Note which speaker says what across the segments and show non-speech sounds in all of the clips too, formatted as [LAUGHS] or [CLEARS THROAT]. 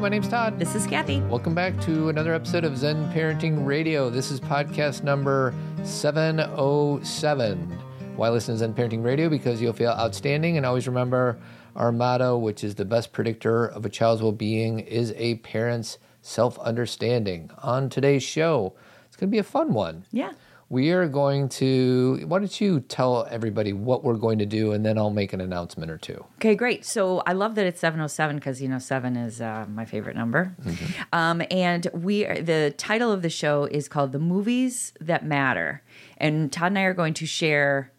Speaker 1: my name's Todd.
Speaker 2: This is Kathy.
Speaker 1: Welcome back to another episode of Zen Parenting Radio. This is podcast number 707. Why listen to Zen Parenting Radio? Because you'll feel outstanding and always remember our motto, which is the best predictor of a child's well being is a parent's self understanding. On today's show, it's going to be a fun one.
Speaker 2: Yeah.
Speaker 1: We are going to, why don't you tell everybody what we're going to do and then I'll make an announcement or two.
Speaker 2: Okay, great. So I love that it's 707 because, you know, seven is uh, my favorite number.
Speaker 1: Mm-hmm.
Speaker 2: Um, and we are, the title of the show is called The Movies That Matter. And Todd and I are going to share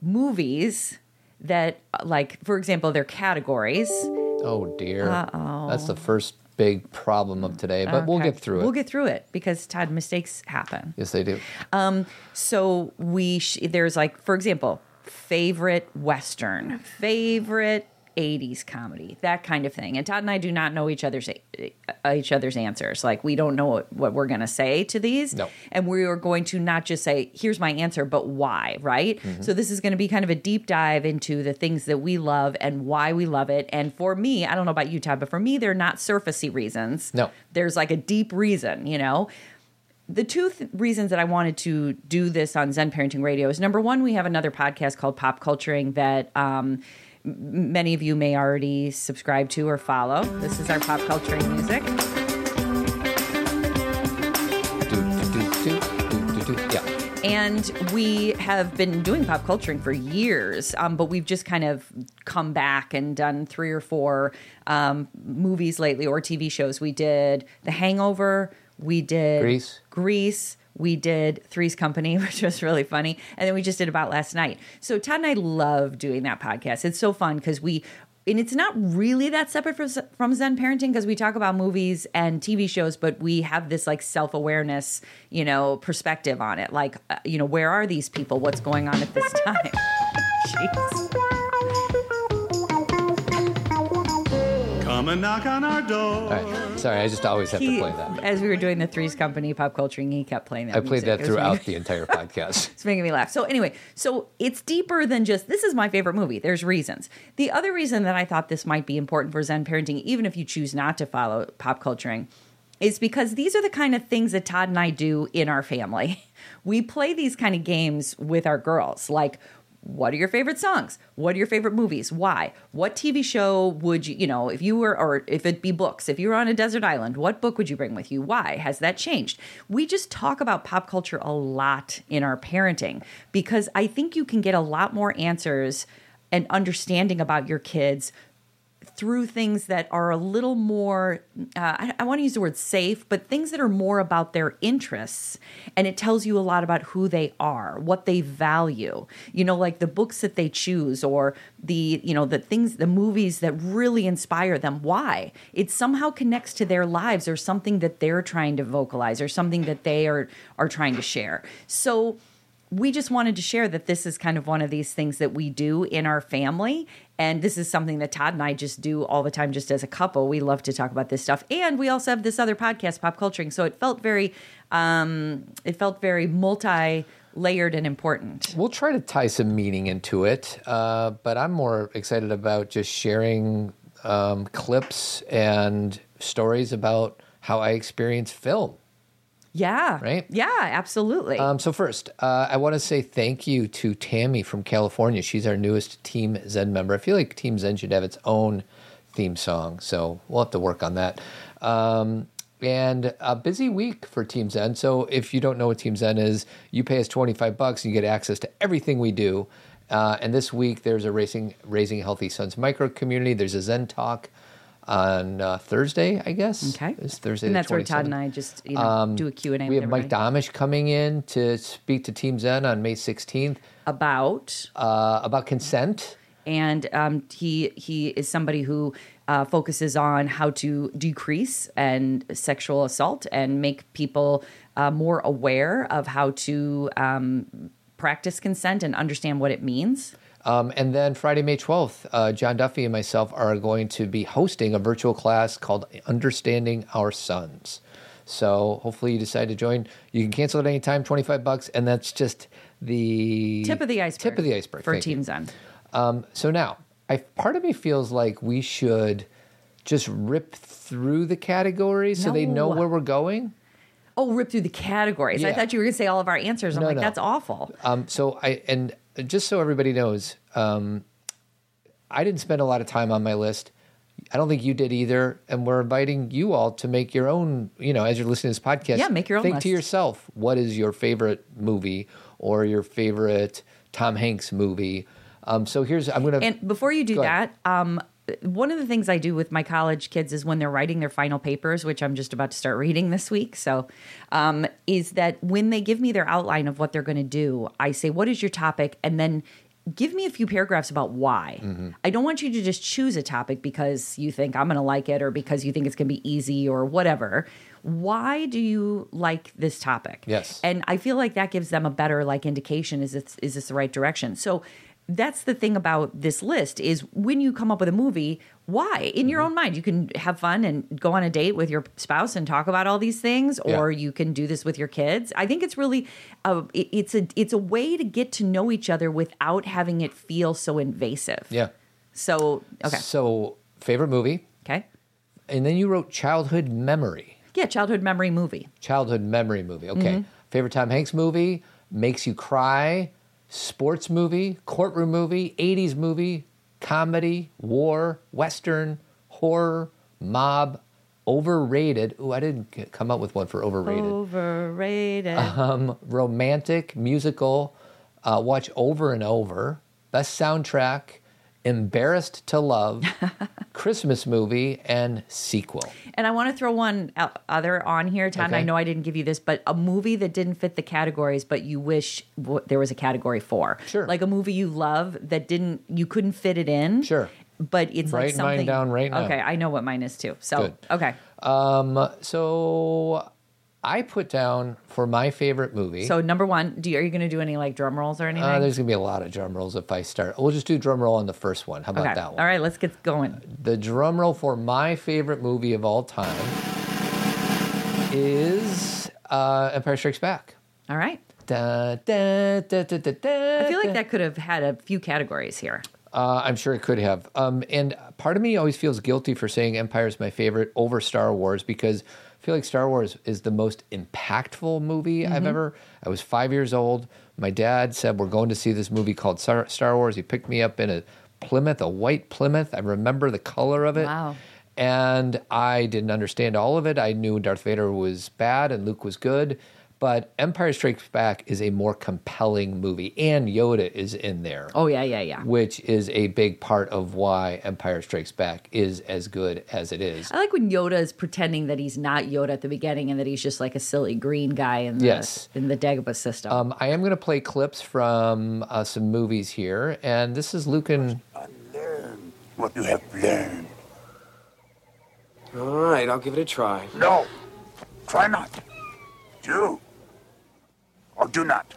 Speaker 2: movies that, uh, like, for example, their categories.
Speaker 1: Oh dear. Uh-oh. That's the first big problem of today, but we'll
Speaker 2: Okay.
Speaker 1: get through it.
Speaker 2: We'll get through it because, Todd, mistakes happen.
Speaker 1: yes, they do.
Speaker 2: So we sh- there's like for example, favorite western, favorite 80s comedy, that kind of thing. And Todd and I do not know each other's uh, each other's answers. Like we don't know what, what we're going to say to these.
Speaker 1: No.
Speaker 2: And we are going to not just say here's my answer, but why, right? So this is going to be kind of a deep dive into the things that we love and why we love it. And for me, I don't know about you Todd, but for me they're not surfacey reasons.
Speaker 1: No.
Speaker 2: There's like a deep reason, you know the two th- reasons that I wanted to do this on Zen Parenting Radio is number one, we have another podcast called Pop Culturing that um, m- many of you may already subscribe to or follow. This is our pop culturing music.
Speaker 1: Do, do, do, do, do, do, do. Yeah.
Speaker 2: And we have been doing pop culturing for years, um, but we've just kind of come back and done three or four um, movies lately or TV shows. We did The Hangover, we did
Speaker 1: Grease.
Speaker 2: Grease. We did Three's Company, [LAUGHS] which was really funny. And then we just did About Last Night. So Todd and I love doing that podcast. It's so fun because we, and it's not really that separate from, from Zen parenting because we talk about movies and TV shows, but we have this like self awareness, you know, perspective on it. Like, uh, you know, where are these people? What's going on at this [LAUGHS] time? Jeez.
Speaker 3: Come and knock on our door.
Speaker 1: All right. Sorry, I just always have
Speaker 2: He-
Speaker 1: to play that.
Speaker 2: as we were doing the Three's Company pop culturing, he kept playing that.
Speaker 1: I played
Speaker 2: music.
Speaker 1: that
Speaker 2: It was really-
Speaker 1: throughout the entire
Speaker 2: [LAUGHS]
Speaker 1: podcast.
Speaker 2: It's making me laugh. So anyway, so it's deeper than just this is my favorite movie. There's reasons. The other reason that I thought this might be important for Zen parenting, even if you choose not to follow pop culturing, is because these are the kind of things that Todd and I do in our family. [LAUGHS] We play these kind of games with our girls, like what are your favorite songs? What are your favorite movies? Why? What TV show would you, you know, if you were, or if it be books, if you were on a desert island, what book would you bring with you? Why? Has that changed? We just talk about pop culture a lot in our parenting because I think you can get a lot more answers and understanding about your kids through things that are a little more uh, I, I want to use the word safe but things that are more about their interests and it tells you a lot about who they are what they value you know like the books that they choose or the you know the things the movies that really inspire them why it somehow connects to their lives or something that they're trying to vocalize or something that they are are trying to share so we just wanted to share that this is kind of one of these things that we do in our family. And this is something that Todd and I just do all the time, just as a couple. We love to talk about this stuff. And we also have this other podcast, Pop Culturing. So it felt very, um, it felt very multi layered and important.
Speaker 1: We'll try to tie some meaning into it, uh, but I'm more excited about just sharing um, clips and stories about how I experience film.
Speaker 2: Yeah.
Speaker 1: Right?
Speaker 2: Yeah, absolutely.
Speaker 1: Um, so first, uh, I want to say thank you to Tammy from California. She's our newest Team Zen member. I feel like Team Zen should have its own theme song, so we'll have to work on that. Um, and a busy week for Team Zen. So if you don't know what Team Zen is, you pay us twenty five bucks and you get access to everything we do. Uh, and this week, there's a racing raising healthy sons micro community. There's a Zen talk on uh, Thursday, I guess.
Speaker 2: okay.
Speaker 1: it's Thursday.
Speaker 2: And
Speaker 1: the
Speaker 2: that's where Todd
Speaker 1: 27th.
Speaker 2: and I just, you know, do a Q&A
Speaker 1: We
Speaker 2: with
Speaker 1: have Mike
Speaker 2: everybody
Speaker 1: Domish coming in to speak to Team Zen on May 16th
Speaker 2: about
Speaker 1: uh, about consent.
Speaker 2: and um, he he is somebody who uh, focuses on how to decrease and sexual assault and make people uh, more aware of how to um, practice consent and understand what it means.
Speaker 1: Um, and then Friday, May 12th, uh, John Duffy and myself are going to be hosting a virtual class called Understanding Our Sons. So hopefully you decide to join. You can cancel at any time, 25 bucks, and that's just the
Speaker 2: Tip of the iceberg.
Speaker 1: Tip of the iceberg
Speaker 2: for
Speaker 1: thank you.
Speaker 2: Team Zen.
Speaker 1: Um, so now, I part of me feels like we should just rip through the category so they know
Speaker 2: No.
Speaker 1: where we're going?
Speaker 2: Oh, rip through the categories. I
Speaker 1: Yeah.
Speaker 2: thought you were going to say all of our answers. I'm
Speaker 1: No,
Speaker 2: like,
Speaker 1: no.
Speaker 2: that's awful.
Speaker 1: Um, so I and just so everybody knows, um, I didn't spend a lot of time on my list. I don't think you did either, and we're inviting you all to make your own. You know, as you're listening to this podcast,
Speaker 2: Yeah, make your own
Speaker 1: Think
Speaker 2: list.
Speaker 1: to yourself, what is your favorite movie or your favorite Tom Hanks movie? Um, so here's I'm gonna
Speaker 2: And before you do
Speaker 1: Go ahead.
Speaker 2: that, um, one of the things I do with my college kids is when they're writing their final papers, which I'm just about to start reading this week. So, um, is that when they give me their outline of what they're going to do, I say, What is your topic? And then give me a few paragraphs about why.
Speaker 1: Mm-hmm.
Speaker 2: I don't want you to just choose a topic because you think I'm going to like it or because you think it's going to be easy or whatever. Why do you like this topic?
Speaker 1: Yes.
Speaker 2: and i feel like that gives them a better like indication is this is this the right direction so that's the thing about this list is when you come up with a movie why in
Speaker 1: Mm-hmm.
Speaker 2: your own mind you can have fun and go on a date with your spouse and talk about all these things
Speaker 1: Yeah.
Speaker 2: or you can do this with your kids i think it's really uh, it- it's a it's a way to get to know each other without having it feel so invasive
Speaker 1: yeah.
Speaker 2: so okay
Speaker 1: So favorite movie,
Speaker 2: okay
Speaker 1: and then you wrote childhood memory.
Speaker 2: yeah childhood memory movie
Speaker 1: childhood memory movie. Okay. Favorite Tom Hanks movie, makes you cry, sports movie, courtroom movie, 80s movie, comedy, war, western, horror, mob, overrated. Ooh, I didn't c- come up with one for overrated.
Speaker 2: Oh. overrated
Speaker 1: Um, romantic, musical, uh, watch over and over, best soundtrack, embarrassed to love, Christmas movie, and sequel.
Speaker 2: And I want to throw one o- other on here, Tom.
Speaker 1: Okay.
Speaker 2: I know I didn't give you this, but a movie that didn't fit the categories, but you wish w- there was a category for.
Speaker 1: Sure.
Speaker 2: Like a movie you love that didn't, you couldn't fit it in.
Speaker 1: Sure.
Speaker 2: But it's like
Speaker 1: Write mine
Speaker 2: something.
Speaker 1: down right now.
Speaker 2: Okay, I know what mine is too. So
Speaker 1: Good.
Speaker 2: okay,
Speaker 1: Um, so I put down for my favorite movie.
Speaker 2: so number one, do you, are you going to do any like drum rolls or anything?
Speaker 1: uh, there's gonna be a lot of drum rolls if I start. We'll just do drum roll on the first one. How about
Speaker 2: okay,
Speaker 1: that one?
Speaker 2: all right, let's get going.
Speaker 1: The drum roll for my favorite movie of all time is uh, Empire Strikes Back.
Speaker 2: All right,
Speaker 1: Da, da, da, da, da, da,
Speaker 2: I feel
Speaker 1: da.
Speaker 2: like that could have had a few categories here.
Speaker 1: Uh, I'm sure it could have. Um, and part of me always feels guilty for saying Empire is my favorite over Star Wars because I feel like Star Wars is the most impactful movie I've ever. I was five years old. My dad said we're going to see this movie called Star Star Wars. He picked me up in a Plymouth, a white Plymouth. I remember the color of it.
Speaker 2: Wow.
Speaker 1: And I didn't understand all of it. I knew Darth Vader was bad and Luke was good, but Empire Strikes Back is a more compelling movie, and Yoda is in there
Speaker 2: Oh yeah, yeah, yeah.
Speaker 1: which is a big part of why Empire Strikes Back is as good as it is.
Speaker 2: I like when Yoda is pretending that he's not Yoda at the beginning and that he's just like a silly green guy in the
Speaker 1: Yes.
Speaker 2: in the Dagobah system.
Speaker 1: Um, I am going to play clips from uh, some movies here, and this is Lucan.
Speaker 4: Learn what you have learned.
Speaker 5: All right, I'll give it a try.
Speaker 4: No, try not. Do or do not.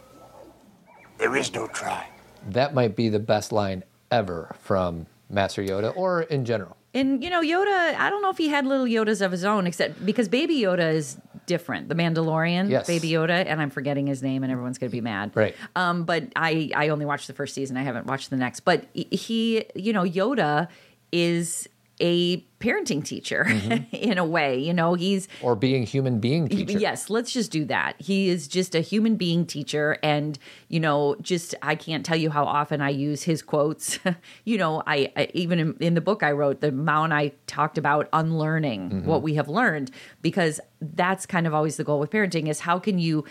Speaker 4: There is no try.
Speaker 1: That might be the best line ever from Master Yoda, or in general.
Speaker 2: And you know, Yoda, I don't know if he had little Yodas of his own, except because Baby Yoda is different. The Mandalorian,
Speaker 1: Yes.
Speaker 2: Baby Yoda, and I'm forgetting his name, and everyone's gonna be mad.
Speaker 1: Right.
Speaker 2: Um, but I I only watched the first season. I haven't watched the next. But he, you know, Yoda is a parenting teacher
Speaker 1: Mm-hmm.
Speaker 2: [LAUGHS] in a way. You know, he's
Speaker 1: Or being human being teacher.
Speaker 2: Yes, let's just do that. He is just a human being teacher. And, you know, just I can't tell you how often I use his quotes. [LAUGHS] you know, I, I even in, in the book I wrote, the Mount I talked about unlearning
Speaker 1: Mm-hmm.
Speaker 2: what we have learned, because that's kind of always the goal with parenting is how can you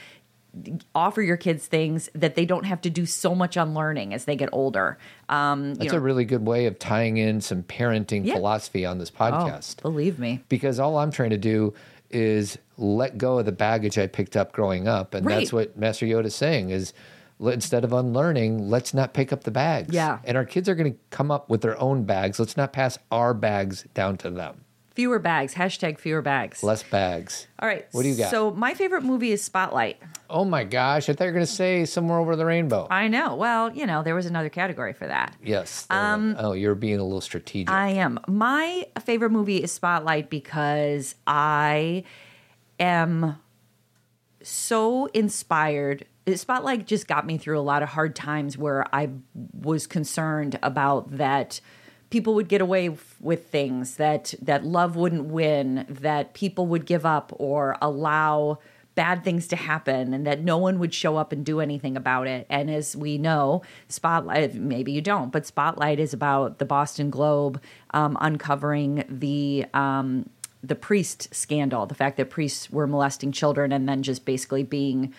Speaker 2: offer your kids things that they don't have to do so much unlearning as they get older. Um, you
Speaker 1: That's
Speaker 2: know,
Speaker 1: a really good way of tying in some parenting
Speaker 2: Yeah.
Speaker 1: philosophy on this
Speaker 2: Oh,
Speaker 1: podcast.
Speaker 2: believe me.
Speaker 1: because all I'm trying to do is let go of the baggage I picked up growing up, and that's
Speaker 2: Right.
Speaker 1: what Master Yoda's saying is le- instead of unlearning, let's not pick up the bags.
Speaker 2: Yeah.
Speaker 1: and our kids are going to come up with their own bags. Let's not pass our bags down to them.
Speaker 2: Fewer bags, hashtag fewer bags.
Speaker 1: Less bags.
Speaker 2: All right.
Speaker 1: What do you got?
Speaker 2: So my favorite movie is Spotlight.
Speaker 1: Oh my gosh! I thought you were going to say somewhere over the rainbow.
Speaker 2: I know. Well, you know, there was another category for that.
Speaker 1: yes. there-
Speaker 2: um,
Speaker 1: oh, you're being a little strategic.
Speaker 2: I am. My favorite movie is Spotlight because I am so inspired. Spotlight just got me through a lot of hard times where I was concerned about that people would get away f- with things that that love wouldn't win, that people would give up or allow bad things to happen and that no one would show up and do anything about it. And as we know, Spotlight, maybe you don't, but Spotlight is about the Boston Globe um, uncovering the. Um, the priest scandal, the fact that priests were molesting children and then just basically being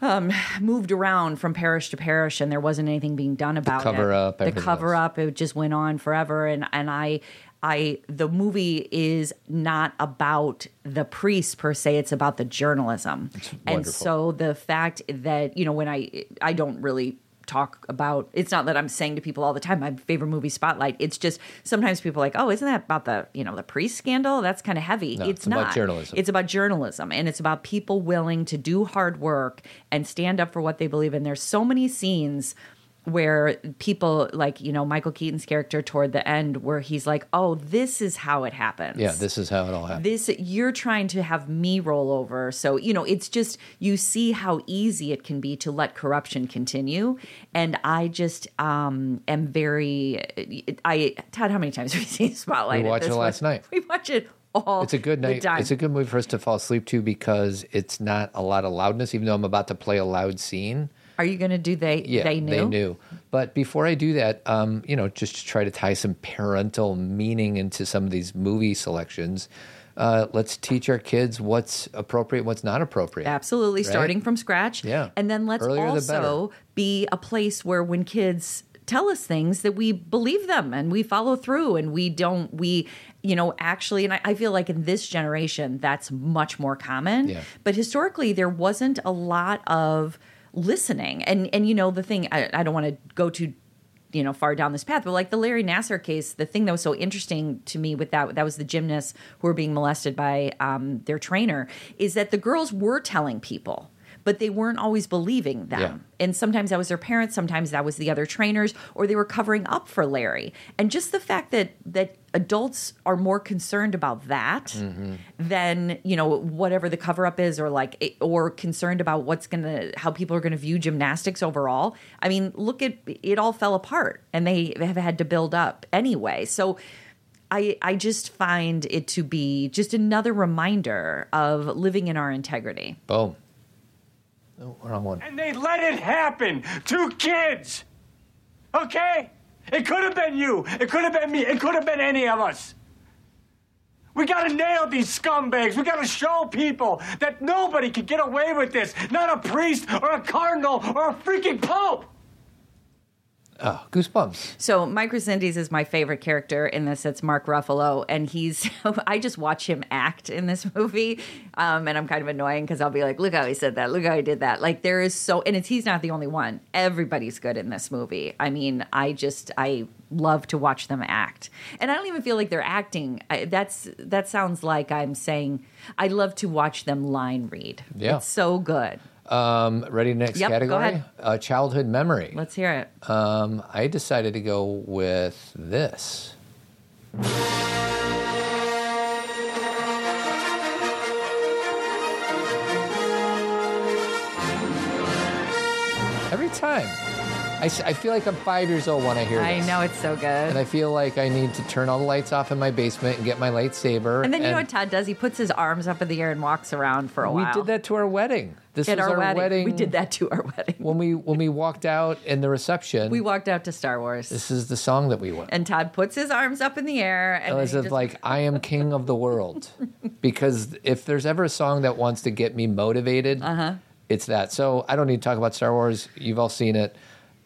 Speaker 2: um, moved around from parish to parish, and there wasn't anything being done about
Speaker 1: cover
Speaker 2: it.
Speaker 1: up,
Speaker 2: the
Speaker 1: everything
Speaker 2: cover
Speaker 1: else.
Speaker 2: up, it just went on forever. And and I, I, the movie is not about the priest per se; it's about the journalism. and
Speaker 1: wonderful.
Speaker 2: so the fact that you know when I, I don't really talk about it's not that I'm saying to people all the time my favorite movie spotlight it's just sometimes people are like oh isn't that about the you know the priest scandal that's kind of heavy
Speaker 1: No,
Speaker 2: it's,
Speaker 1: it's about
Speaker 2: not
Speaker 1: journalism.
Speaker 2: It's about journalism and it's about people willing to do hard work and stand up for what they believe in. There's so many scenes where people like, you know, Michael Keaton's character toward the end where he's like, "Oh, this is how it happens."
Speaker 1: Yeah, this is how it all happened.
Speaker 2: this you're trying to have me roll over. So, you know, it's just you see how easy it can be to let corruption continue. And I just um am very I Todd, how many times have you seen Spotlight?
Speaker 1: We
Speaker 2: at
Speaker 1: watched
Speaker 2: this
Speaker 1: it last
Speaker 2: point?
Speaker 1: night.
Speaker 2: We watch it all
Speaker 1: It's a good
Speaker 2: the
Speaker 1: night.
Speaker 2: time.
Speaker 1: It's a good movie for us to fall asleep to because it's not a lot of loudness. Even though I'm about to play a loud scene,
Speaker 2: Are you going to do they?
Speaker 1: yeah,
Speaker 2: they knew.
Speaker 1: But before I do that, um, you know, just to try to tie some parental meaning into some of these movie selections, uh, let's teach our kids what's appropriate, what's not appropriate.
Speaker 2: Absolutely,
Speaker 1: Right?
Speaker 2: starting from scratch.
Speaker 1: Yeah.
Speaker 2: and then let's
Speaker 1: Earlier the
Speaker 2: also be a place where when kids tell us things that we believe them and we follow through and we don't we you know actually and I, I feel like in this generation that's much more common
Speaker 1: Yeah.
Speaker 2: but historically there wasn't a lot of listening and and you know the thing i, I don't want to go too you know far down this path but like the larry nasser case the thing that was so interesting to me with that that was the gymnasts who were being molested by um, their trainer is that the girls were telling people but they weren't always believing them
Speaker 1: Yeah.
Speaker 2: and sometimes that was their parents sometimes that was the other trainers or they were covering up for larry and just the fact that that adults are more concerned about that than you know whatever the cover up is or like it- or concerned about what's gonna how people are gonna view gymnastics overall i mean look at it all fell apart and they have had to build up anyway so I, I just find it to be just another reminder of living in our integrity.
Speaker 1: Boom. Oh, we're on one.
Speaker 5: And they let it happen. Two kids. Okay? It could have been you. It could have been me. It could have been any of us. We gotta nail these scumbags. We gotta show people that nobody could get away with this. Not a priest or a cardinal or a freaking pope.
Speaker 1: Oh, goosebumps.
Speaker 2: So Mike Resendiz is my favorite character in this. It's Mark Ruffalo, and he's [LAUGHS] I just watch him act in this movie, um, and I'm kind of annoying because I'll be like, "Look how he said that! Look how he did that!" Like there is so, and it's he's not the only one. Everybody's good in this movie. I mean, I just I love to watch them act, and I don't even feel like they're acting. I, that's that sounds like I'm saying I love to watch them line read.
Speaker 1: Yeah.
Speaker 2: it's so good.
Speaker 1: Um, ready next
Speaker 2: Yep, go
Speaker 1: category?
Speaker 2: ahead.
Speaker 1: Uh, childhood memory.
Speaker 2: Let's hear it.
Speaker 1: Um, I decided to go with this. Every time. I, s- I feel like I'm five years old when I hear
Speaker 2: I
Speaker 1: this.
Speaker 2: know it's so good.
Speaker 1: And I feel like I need to turn all the lights off in my basement and get my lightsaber.
Speaker 2: And then you know what Todd does? He puts his arms up in the air and walks around for a
Speaker 1: we
Speaker 2: while.
Speaker 1: did that to our wedding. This
Speaker 2: at
Speaker 1: was
Speaker 2: our,
Speaker 1: our
Speaker 2: wedding.
Speaker 1: wedding.
Speaker 2: We did that to our wedding.
Speaker 1: when we when we walked out in the reception.
Speaker 2: We walked out to Star Wars,
Speaker 1: this is the song that we went.
Speaker 2: and Todd puts his arms up in the air, and
Speaker 1: as
Speaker 2: he
Speaker 1: if
Speaker 2: just-
Speaker 1: Oh, like I am king of the world,
Speaker 2: [LAUGHS]
Speaker 1: because if there's ever a song that wants to get me motivated,
Speaker 2: Uh-huh.
Speaker 1: it's that. So I don't need to talk about Star Wars. You've all seen it.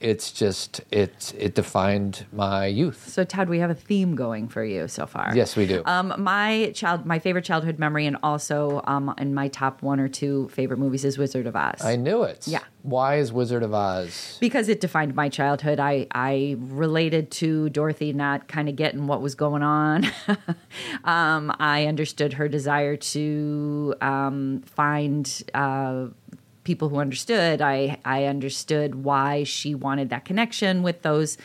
Speaker 1: It's just it it defined my youth.
Speaker 2: So Todd, we have a theme going for you so far.
Speaker 1: Yes, we do.
Speaker 2: Um, my child, my favorite childhood memory, and also um, in my top one or two favorite movies is Wizard of Oz.
Speaker 1: I knew it.
Speaker 2: Yeah.
Speaker 1: Why is Wizard of Oz?
Speaker 2: because it defined my childhood. I I related to Dorothy not kind of getting what was going on. [LAUGHS] um, I understood her desire to um, find uh, people who understood. I I understood why she wanted that connection with those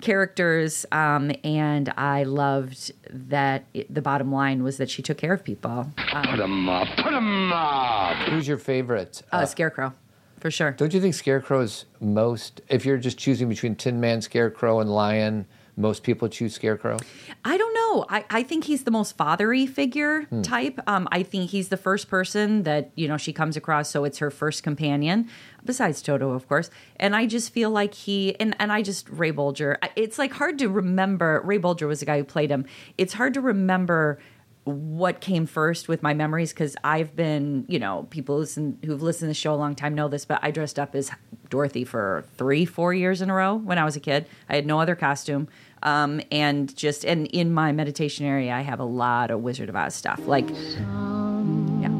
Speaker 2: characters, um, and I loved that. It, the bottom line was that she took care of people. Uh,
Speaker 6: Put 'em up. Put 'em up.
Speaker 1: Who's your favorite?
Speaker 2: Uh, Scarecrow, for sure.
Speaker 1: Don't you think Scarecrow's most? If you're just choosing between Tin Man, Scarecrow, and Lion, most people choose Scarecrow?
Speaker 2: I don't know. I, I think he's the most fathery figure type. Um, I think he's the first person that, you know, she comes across, so it's her first companion, besides Toto, of course. And I just feel like he, and, and I just, Ray Bolger, I- it's like hard to remember. Ray Bolger was the guy who played him. It's hard to remember what came first with my memories because I've been, you know, people listen, who've listened to the show a long time know this, but I dressed up as Dorothy for three, four years in a row when I was a kid. I had no other costume. Um, and just, and in my meditation area, I have a lot of Wizard of Oz stuff. Like,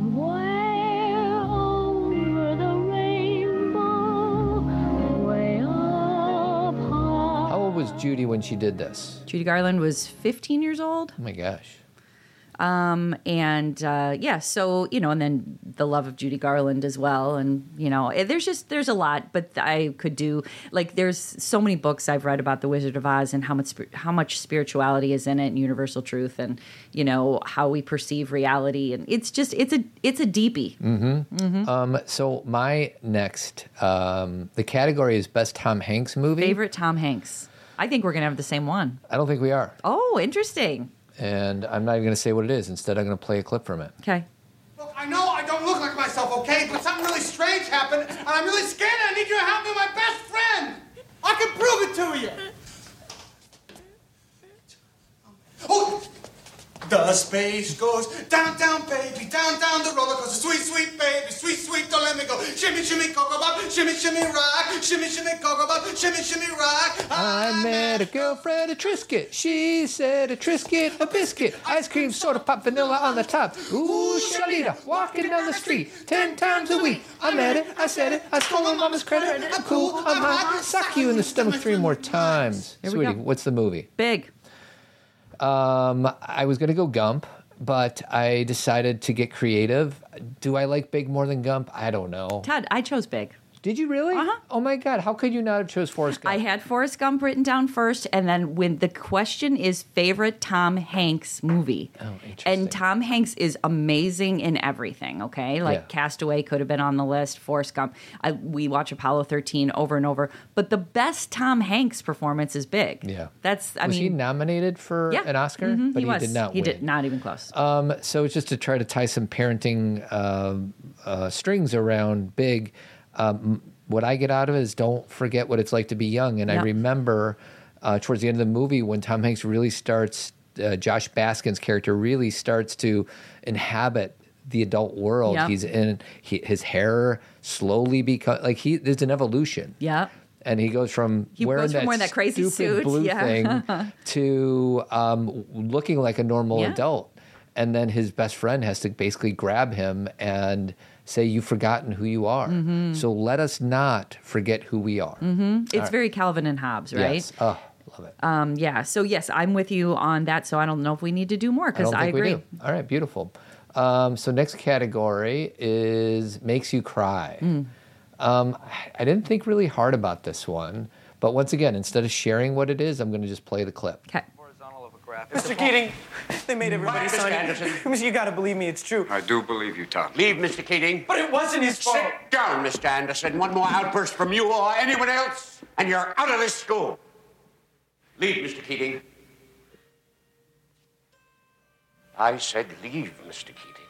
Speaker 7: Somewhere over the rainbow, way up high.
Speaker 1: How old was Judy when she did this?
Speaker 2: Judy Garland was 15 years old.
Speaker 1: Oh my gosh.
Speaker 2: and uh, yeah, so you know, and then the love of Judy Garland as well, and you know, eh, there's just there's a lot, but I could do like there's so many books I've read about the Wizard of Oz and how much spir- how much spirituality is in it and universal truth and you know how we perceive reality and it's just it's a it's a deepie.
Speaker 1: Um, so my next, um, the category is best Tom Hanks movie.
Speaker 2: Favorite Tom Hanks. I think we're gonna have the same one.
Speaker 1: I don't think we are,
Speaker 2: Oh, interesting.
Speaker 1: and I'm not even going to say what it is. Instead, I'm going to play a clip from it.
Speaker 2: Okay.
Speaker 8: Look, I know I don't look like myself, okay? But something really strange happened, and I'm really scared. I need you to help me, my best friend. I can prove it to you. Oh, the space goes down, down, baby, down, down the roller coaster. Sweet, sweet baby, sweet, sweet, don't let me go. Shimmy, shimmy, cocoa bop, shimmy, shimmy, rock, shimmy, shimmy, cocoa bop, shimmy, shimmy, rock.
Speaker 1: I met a girlfriend at Triscuit. She said a Triscuit, a biscuit, ice cream, soda pop, vanilla on the top. Ooh, Shalita, walking down the street ten times a week. I met it, I said it, I stole my mama's credit. I'm cool, I'm hot. Suck you in the stomach three more times.
Speaker 2: we go.
Speaker 1: Sweetie, what's the movie?
Speaker 2: Big.
Speaker 1: Um, I was going to go Gump, but I decided to get creative. Do I like Big more than Gump? I don't know.
Speaker 2: Todd, I chose Big.
Speaker 1: Did you really?
Speaker 2: Uh-huh.
Speaker 1: Oh my God, how could you not have chose Forrest Gump?
Speaker 2: I had Forrest Gump written down first, and then when the question is favorite Tom Hanks movie,
Speaker 1: Oh, interesting.
Speaker 2: and Tom Hanks is amazing in everything. Okay, like
Speaker 1: Yeah.
Speaker 2: Castaway could have been on the list. Forrest Gump, I, we watch Apollo thirteen over and over, but the best Tom Hanks performance is Big.
Speaker 1: Yeah.
Speaker 2: that's I
Speaker 1: was
Speaker 2: mean,
Speaker 1: he nominated for
Speaker 2: yeah,
Speaker 1: an Oscar?
Speaker 2: Mhm,
Speaker 1: but he,
Speaker 2: was.
Speaker 1: did not
Speaker 2: He
Speaker 1: win.
Speaker 2: did not even close.
Speaker 1: Um, so just to try to tie some parenting um uh, strings around big, um, what I get out of it is don't forget what it's like to be young. And I
Speaker 2: Yeah.
Speaker 1: remember uh, towards the end of the movie when Tom Hanks really starts, uh, Josh Baskin's character really starts to inhabit the adult world.
Speaker 2: Yeah.
Speaker 1: He's in he, his hair slowly become like he. There's an evolution
Speaker 2: yeah,
Speaker 1: and he goes from
Speaker 2: He
Speaker 1: wearing,
Speaker 2: goes from
Speaker 1: that,
Speaker 2: wearing that crazy
Speaker 1: stupid
Speaker 2: suit,
Speaker 1: blue
Speaker 2: yeah. [LAUGHS]
Speaker 1: thing to um, looking like a normal
Speaker 2: Yeah.
Speaker 1: adult. And then his best friend has to basically grab him and say, "You've forgotten who you are.
Speaker 2: Mm-hmm.
Speaker 1: So let us not forget who we are."
Speaker 2: it's very Calvin and Hobbes, Mm-hmm. right?
Speaker 1: Yes. Oh, love it.
Speaker 2: Um, yeah. So yes, I'm with you on that. So I don't know if we need to do more
Speaker 1: I
Speaker 2: because
Speaker 1: don't
Speaker 2: I,
Speaker 1: think
Speaker 2: agree.
Speaker 1: we do. All right, beautiful. Um, so next category is makes you cry.
Speaker 2: Mm.
Speaker 1: Um, I- I didn't think really hard about this one, but once again, instead of sharing what it is, I'm going to just play the clip.
Speaker 2: Okay.
Speaker 9: Mr. Keating, they made everybody sign
Speaker 4: Anderson.
Speaker 9: [LAUGHS] it. You gotta believe me, it's true.
Speaker 6: I do believe you, Tom.
Speaker 4: Leave, Mr. Keating.
Speaker 9: But it wasn't his fault.
Speaker 4: Sit down, Mr. Anderson. One more outburst from you or anyone else, and you're out of this school. Leave, Mr. Keating. I said leave, Mr. Keating.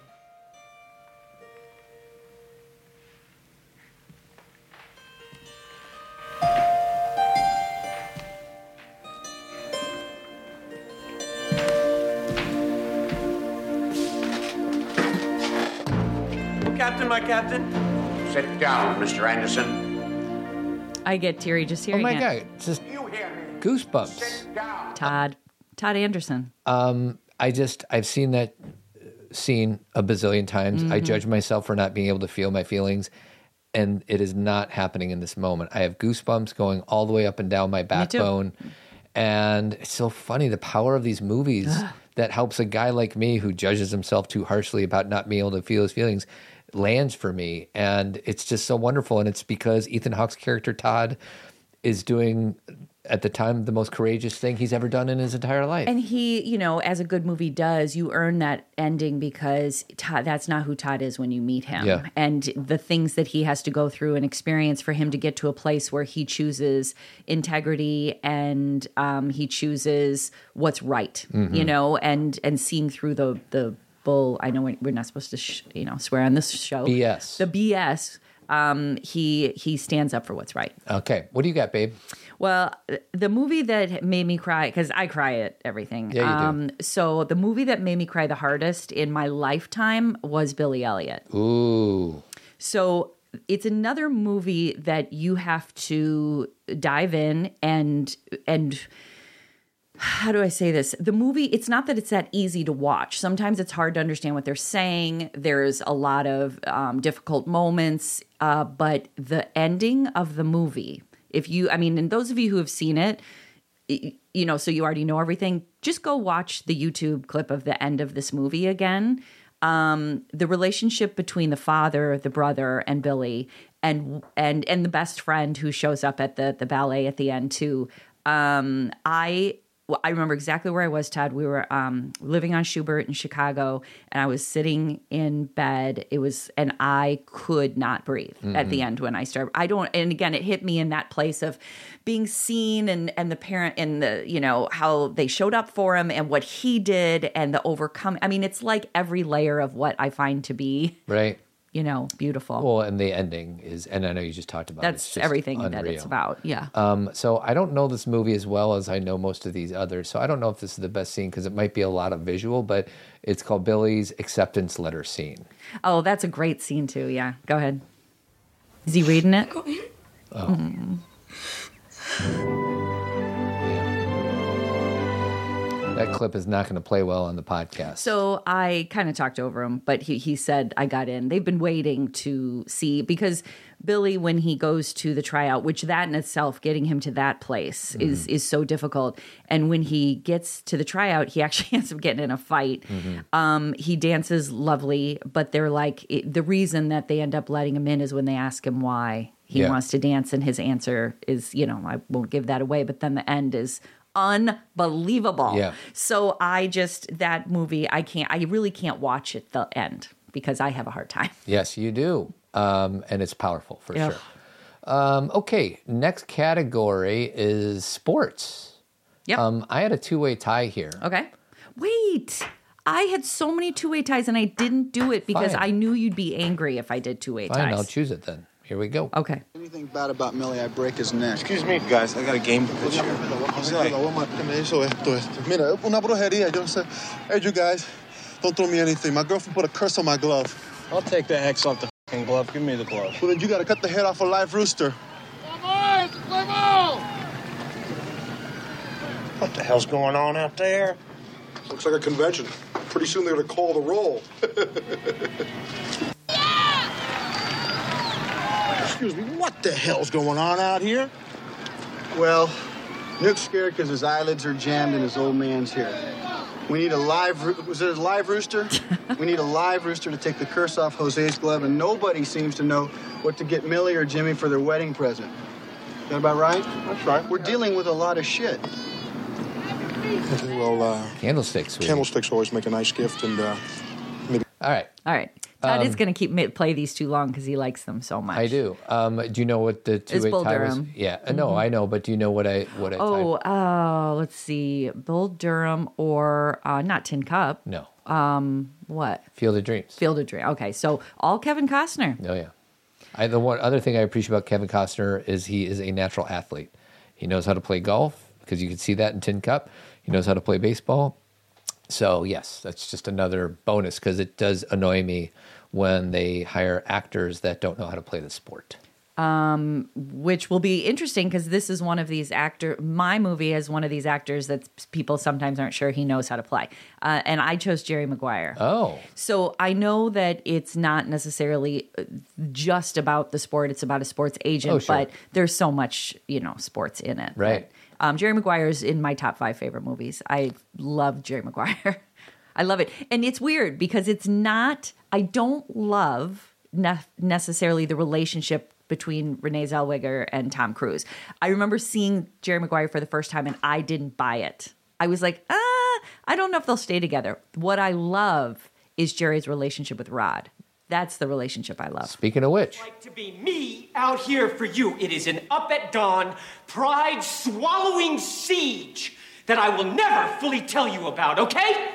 Speaker 9: Captain, my captain.
Speaker 4: Sit down, Mr. Anderson.
Speaker 2: I get teary just
Speaker 1: Oh
Speaker 2: hearing
Speaker 1: my
Speaker 2: it.
Speaker 1: god, it's just
Speaker 4: You hear me?
Speaker 1: goosebumps.
Speaker 4: Down.
Speaker 2: Todd. Todd Anderson.
Speaker 1: I just I've seen that uh, scene a bazillion times. I judge myself for not being able to feel my feelings, and it is not happening in this moment. I have goosebumps going all the way up and down my
Speaker 2: too.
Speaker 1: backbone, and it's so funny the power of these movies that helps a guy like me who judges himself too harshly about not being able to feel his feelings lands for me, and it's just so wonderful. And it's because Ethan Hawke's character Todd is doing at the time the most courageous thing he's ever done in his entire life.
Speaker 2: And he, you know, as a good movie does, you earn that ending because Todd, that's not who Todd is when you meet him.
Speaker 1: Yeah.
Speaker 2: And the things that he has to go through and experience for him to get to a place where he chooses integrity and um, he chooses what's right, you know, and and seeing through the the bull. I know we're, we're not supposed to, sh- you know, swear on this show.
Speaker 1: BS.
Speaker 2: The BS. Um, he he stands up for what's right.
Speaker 1: okay, what do you got, babe?
Speaker 2: Well, the movie that made me cry because I cry at everything. Um,
Speaker 1: Yeah, you do.
Speaker 2: So the movie that made me cry the hardest in my lifetime was Billy Elliot.
Speaker 1: Ooh,
Speaker 2: So it's another movie that you have to dive in and and how do I say this? The movie, it's not that it's that easy to watch. Sometimes it's hard to understand what they're saying. There's a lot of um, difficult moments, uh, but the ending of the movie, if you, I mean, and those of you who have seen it, y- you know, so you already know everything, just go watch the YouTube clip of the end of this movie again. Um, the relationship between the father, the brother, and Billy, and and and the best friend who shows up at the the ballet at the end too. Um, I well, I remember exactly where I was, Todd. We were um, living on Schubert in Chicago, and I was sitting in bed. It was, and I could not breathe at
Speaker 1: Mm-hmm.
Speaker 2: the end when I started. I don't, and again, it hit me in that place of being seen and and the parent and the you know how they showed up for him and what he did and the overcome. I mean, it's like every layer of what I find to be
Speaker 1: right.
Speaker 2: you know beautiful.
Speaker 1: Well, and the ending is, and I know you just talked about it, it's
Speaker 2: That's
Speaker 1: just
Speaker 2: everything that it's
Speaker 1: unreal.
Speaker 2: about. Yeah.
Speaker 1: Um, so I don't know this movie as well as I know most of these others. So I don't know if this is the best scene because it might be a lot of visual, but it's called Billy's acceptance letter scene.
Speaker 2: oh, that's a great scene too. Yeah. Go ahead. Is he reading it?
Speaker 1: That clip is not going to play well on the podcast.
Speaker 2: So I kind of talked over him, but he, he said I got in. They've been waiting to see because Billy, when he goes to the tryout, which that in itself, getting him to that place is is so difficult. And when he gets to the tryout, he [LAUGHS] actually ends up getting in a fight. Um, he dances lovely, but they're like it, the reason that they end up letting him in is when they ask him why he
Speaker 1: Yeah.
Speaker 2: wants to dance, and his answer is, you know, I won't give that away. But then the end is unbelievable.
Speaker 1: Yeah.
Speaker 2: So I just that movie I can't I really can't watch it the end because I have a hard time. [LAUGHS]
Speaker 1: yes, you do. Um, and it's powerful for
Speaker 2: Yeah.
Speaker 1: sure. Um, okay, next category is sports.
Speaker 2: Yep.
Speaker 1: Um, I had a two way tie here.
Speaker 2: okay. Wait. I had so many two-way ties and I didn't do it because
Speaker 1: Fine.
Speaker 2: I knew you'd be angry if I did two-way
Speaker 1: Fine, I'll
Speaker 2: ties.
Speaker 1: choose it then. Here we go.
Speaker 2: okay.
Speaker 10: Anything bad about Millie, I break his neck.
Speaker 9: Excuse me, guys. I got a game to pitch here.
Speaker 10: Jose. Eso, esto, esto. Mira, una brujería. Yo no sé. Hey, you guys, don't throw me anything. My girlfriend put a curse on my glove.
Speaker 9: I'll take the hex off the fucking glove. Give me the glove.
Speaker 10: Well, then you gotta cut the head off a live rooster.
Speaker 9: What the hell's going on out there?
Speaker 10: Looks like a convention. Pretty soon they're gonna call the roll.
Speaker 9: Excuse me. What the hell's going on out here?
Speaker 10: Well, Nuke's scared because his eyelids are jammed and his old man's here. We need a live. Roo- was it a live rooster? we need a live rooster to take the curse off Jose's glove, and nobody seems to know what to get Millie or Jimmy for their wedding present. Is that about right? That's right. We're dealing with a lot of shit.
Speaker 9: Okay, well, uh,
Speaker 1: Candlesticks. sweetie.
Speaker 9: candlesticks always make a nice gift, and uh,
Speaker 1: All right,
Speaker 2: All right. Todd is going to keep ma- play these too long cuz he likes them so much.
Speaker 1: Um, I do. Um, do you know what the two way
Speaker 2: Bull
Speaker 1: tie was?
Speaker 2: Durham. Mm-hmm.
Speaker 1: Yeah, uh, no, I know, but do you know what I what I?
Speaker 2: Oh,
Speaker 1: tied?
Speaker 2: uh, let's see. Bill Durham or uh, not Tin Cup.
Speaker 1: no,
Speaker 2: What?
Speaker 1: Field of Dreams.
Speaker 2: uh, Field of Dream. Okay. So all Kevin Costner.
Speaker 1: Oh yeah. I, the one other thing I appreciate about Kevin Costner is he is a natural athlete. He knows how to play golf because you can see that in Tin Cup. He knows how to play baseball. So yes, that's just another bonus because it does annoy me when they hire actors that don't know how to play the sport.
Speaker 2: which will be interesting because this is one of these actor. My movie is one of these actors that people sometimes aren't sure he knows how to play, uh, and I chose Jerry Maguire.
Speaker 1: Oh,
Speaker 2: So I know that it's not necessarily uh, just about the sport; it's about a sports agent.
Speaker 1: Oh, sure.
Speaker 2: But there's so much, you know, sports in it.
Speaker 1: Right.
Speaker 2: But, um, Jerry Maguire is in my top five favorite movies. I love Jerry Maguire. [LAUGHS] I love it, and it's weird because it's not. I don't love ne- necessarily the relationship between Renee Zellweger and Tom Cruise. I remember seeing Jerry Maguire for the first time and I didn't buy it. I was like, ah, I don't know if they'll stay together. What I love is Jerry's relationship with Rod. That's the relationship I love.
Speaker 1: Speaking of which,
Speaker 11: like to be me out here for you. It is an up at dawn, pride swallowing siege that I will never fully tell you about, okay?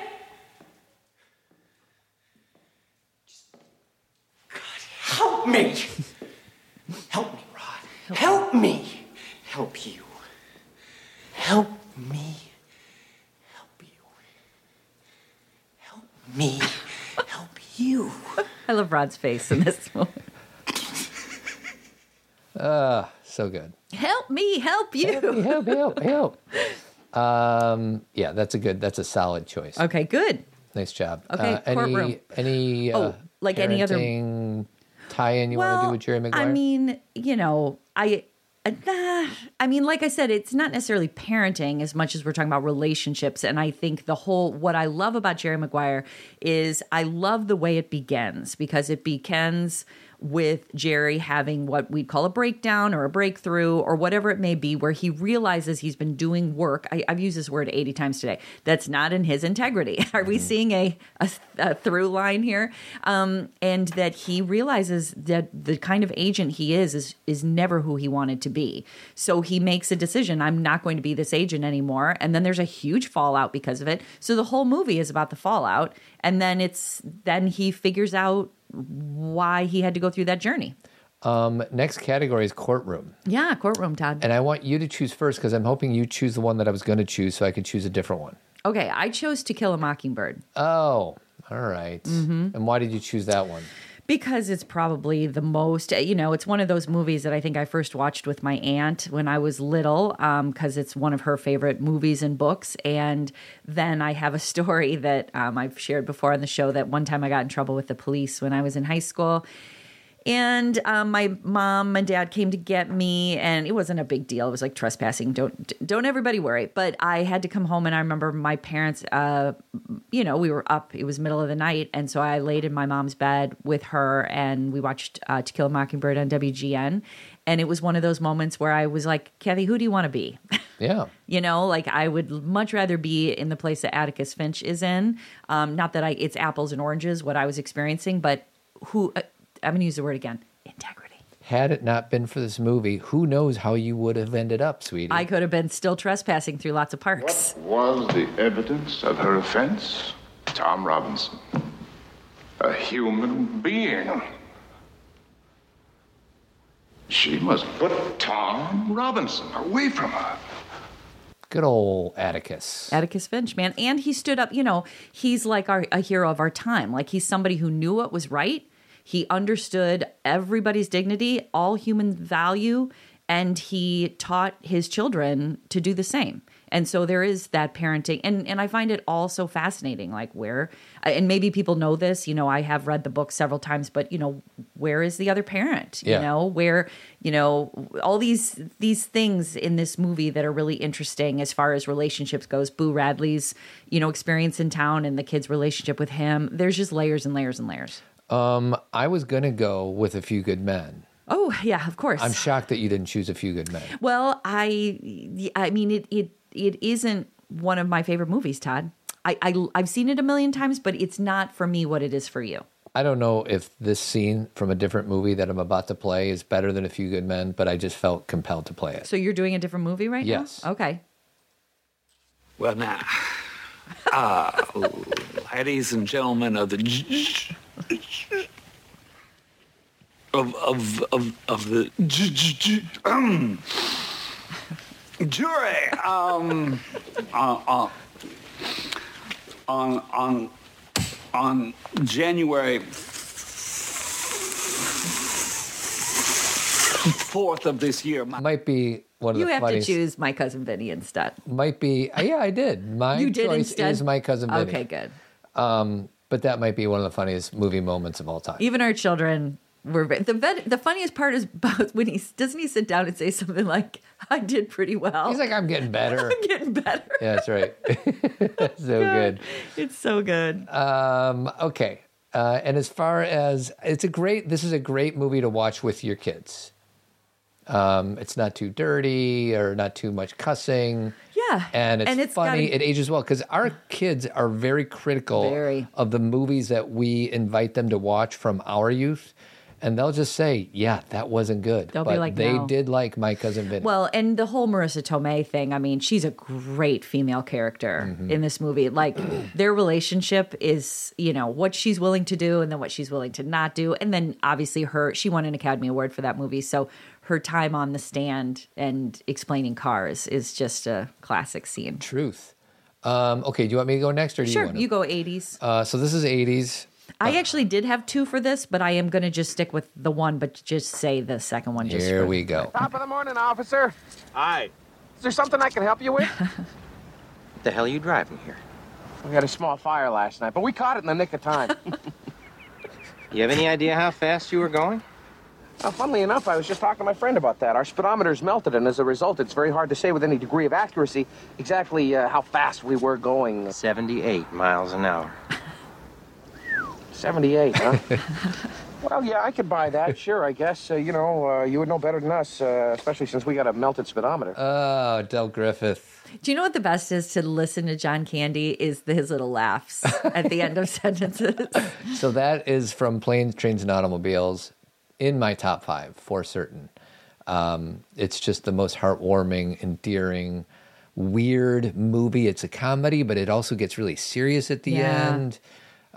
Speaker 11: God, help me! help me, Rod. Help me! Help you. Help me. Help you. Help me. help you.
Speaker 2: I love Rod's face in this [LAUGHS] moment.
Speaker 1: uh, so good.
Speaker 2: Help me, help you.
Speaker 1: Help, help, help. [LAUGHS] Um, yeah, that's a good. That's a solid choice.
Speaker 2: Okay, good.
Speaker 1: Nice job.
Speaker 2: Okay,
Speaker 1: any
Speaker 2: courtroom.
Speaker 1: any uh,
Speaker 2: Oh, like any other-
Speaker 1: parenting tie-in you want to do with Jerry Maguire?
Speaker 2: I mean, you know, I. uh, nah, I mean, like I said, it's not necessarily parenting as much as we're talking about relationships. And I think the whole, what I love about Jerry Maguire is I love the way it begins because it begins with Jerry having what we'd call a breakdown or a breakthrough or whatever it may be, where he realizes he's been doing work. I, I've used this word 80 times today. That's not in his integrity. [LAUGHS] Are
Speaker 1: Mm-hmm.
Speaker 2: we seeing a, a, a through line here? Um, and that he realizes that the kind of agent he is, is is never who he wanted to be. So he makes a decision I'm not going to be this agent anymore. And then there's a huge fallout because of it. So the whole movie is about the fallout. And then it's then he figures out why he had to go through that journey.
Speaker 1: um, next category is courtroom,
Speaker 2: Yeah, courtroom, Todd.
Speaker 1: and I want you to choose first because I'm hoping you choose the one that I was going to choose, so I could choose a different one.
Speaker 2: okay, I chose To Kill a Mockingbird
Speaker 1: Oh, all right.
Speaker 2: Mm-hmm.
Speaker 1: And why did you choose that one?
Speaker 2: because it's probably the most, you know, it's one of those movies that I think I first watched with my aunt when I was little because it's one of her favorite movies and books. And then I have a [LAUGHS] story that um, I've shared before on the show that one time I got in trouble with the police when I was in high school. and um, my mom and dad came to get me and it wasn't a big deal it was like trespassing don't don't everybody worry but i had to come home and i remember my parents uh, you know we were up it was middle of the night and so i laid in my mom's bed with her and we watched uh, to kill a mockingbird on wgn and it was one of those moments where i was like kathy who do you want to be [LAUGHS]
Speaker 1: Yeah.
Speaker 2: You know, like I would much rather be in the place that Atticus Finch is in. Um, not that I, it's apples and oranges what I was experiencing, but who, uh, I'm going to use the word again integrity.
Speaker 1: Had it not been for this movie, who knows how you would have ended up, sweetie?
Speaker 2: I could have been still trespassing through lots of parks.
Speaker 6: Was the evidence of her offense Tom Robinson? A human being. She must put Tom Robinson away from her.
Speaker 1: Good old Atticus.
Speaker 2: Atticus Finch, man. And he stood up, you know, he's like our, a hero of our time. Like he's somebody who knew what was right. He understood everybody's dignity, all human value, and he taught his children to do the same. And so there is that parenting. And, and I find it all so fascinating. Like, where, and maybe people know this, you know, I have read the book several times, but, you know, where is the other parent?
Speaker 1: Yeah.
Speaker 2: You know, where you know all these these things in this movie that are really interesting as far as relationships goes boo radley's you know experience in town and the kid's relationship with him there's just layers and layers and layers
Speaker 1: Um, I was going to go with A Few Good Men.
Speaker 2: oh yeah of course
Speaker 1: I'm shocked that you didn't choose A Few Good Men.
Speaker 2: well i i mean it it it isn't one of my favorite movies todd I, I i've seen it a million times but it's not for me what it is for you
Speaker 1: I don't know if this scene from a different movie that I'm about to play is better than A Few Good Men, but I just felt compelled to play it.
Speaker 2: so you're doing a different movie right
Speaker 1: Yes.
Speaker 2: now okay
Speaker 12: Well, now, uh, ladies and gentlemen of the j- j- of of of of the j- j- j- um, jury, um, uh, uh, on on on January fourth of this year, my
Speaker 1: Might be one of
Speaker 2: you
Speaker 1: the
Speaker 2: have
Speaker 1: funniest.
Speaker 2: to choose my cousin vinny instead
Speaker 1: Might be. Yeah, I did. My
Speaker 2: you did
Speaker 1: choice
Speaker 2: instead
Speaker 1: is My Cousin Vinny.
Speaker 2: okay good
Speaker 1: But that might be one of the funniest movie moments of all time.
Speaker 2: even our children were ve- the vet, the funniest part is [LAUGHS] about when he doesn't he sit down and say something like I did pretty well.
Speaker 1: He's like, I'm getting better.
Speaker 2: [LAUGHS] I'm getting better.
Speaker 1: yeah, that's right. [LAUGHS]
Speaker 2: [LAUGHS]
Speaker 1: so good.
Speaker 2: It's so good.
Speaker 1: Um, okay. Uh, and as far as it's a great, this is a great movie to watch with your kids. Um, it's not too dirty or not too much cussing.
Speaker 2: Yeah.
Speaker 1: And it's,
Speaker 2: And it's
Speaker 1: funny.
Speaker 2: gotta-
Speaker 1: it ages well because our kids are very critical
Speaker 2: Very.
Speaker 1: of the movies that we invite them to watch from our youth. And they'll just say, yeah, that wasn't good.
Speaker 2: They'll be
Speaker 1: but
Speaker 2: like,
Speaker 1: they
Speaker 2: "No."
Speaker 1: did like My Cousin Vinny.
Speaker 2: Well, and the whole Marissa Tomei thing, I mean, she's a great female character
Speaker 1: Mm-hmm.
Speaker 2: in this movie. Like [CLEARS THROAT] their relationship is, you know, what she's willing to do and then what she's willing to not do. And then obviously her she won an Academy Award for that movie. So her time on the stand and explaining cars is just a classic scene.
Speaker 1: Truth. Um, okay, do you want me to go next or do you
Speaker 2: sure,
Speaker 1: want
Speaker 2: you go 80s.
Speaker 1: Uh, so this is 80s.
Speaker 2: I actually did have two for this, but I am going to just stick with the one, but just say the second one. Just
Speaker 1: Here
Speaker 2: for-
Speaker 1: we go.
Speaker 13: Top of the morning, officer. Hi. Is there something I can help you with?
Speaker 14: What the hell are you driving here?
Speaker 13: we had a small fire last night, but we caught it in the nick of time.
Speaker 14: You have any idea how fast you were going?
Speaker 13: Now, funnily enough, I was just talking to my friend about that. Our speedometer's melted, and as a result, it's very hard to say with any degree of accuracy exactly uh, how fast we were going.
Speaker 14: 78 miles an hour.
Speaker 13: 78, huh? well, yeah, I could buy that, sure, I guess. Uh, you know, uh, you would know better than us, uh, especially since we got a melted speedometer.
Speaker 1: Oh, Del Griffith.
Speaker 2: Do you know what the best is to listen to John Candy is the, his little laughs at the
Speaker 1: [LAUGHS]
Speaker 2: end of sentences.
Speaker 1: So that is from Planes, Trains, and Automobiles in my top five for certain. Um, it's just the most heartwarming, endearing, weird movie. It's a comedy, but it also gets really serious at the
Speaker 2: Yeah.
Speaker 1: end.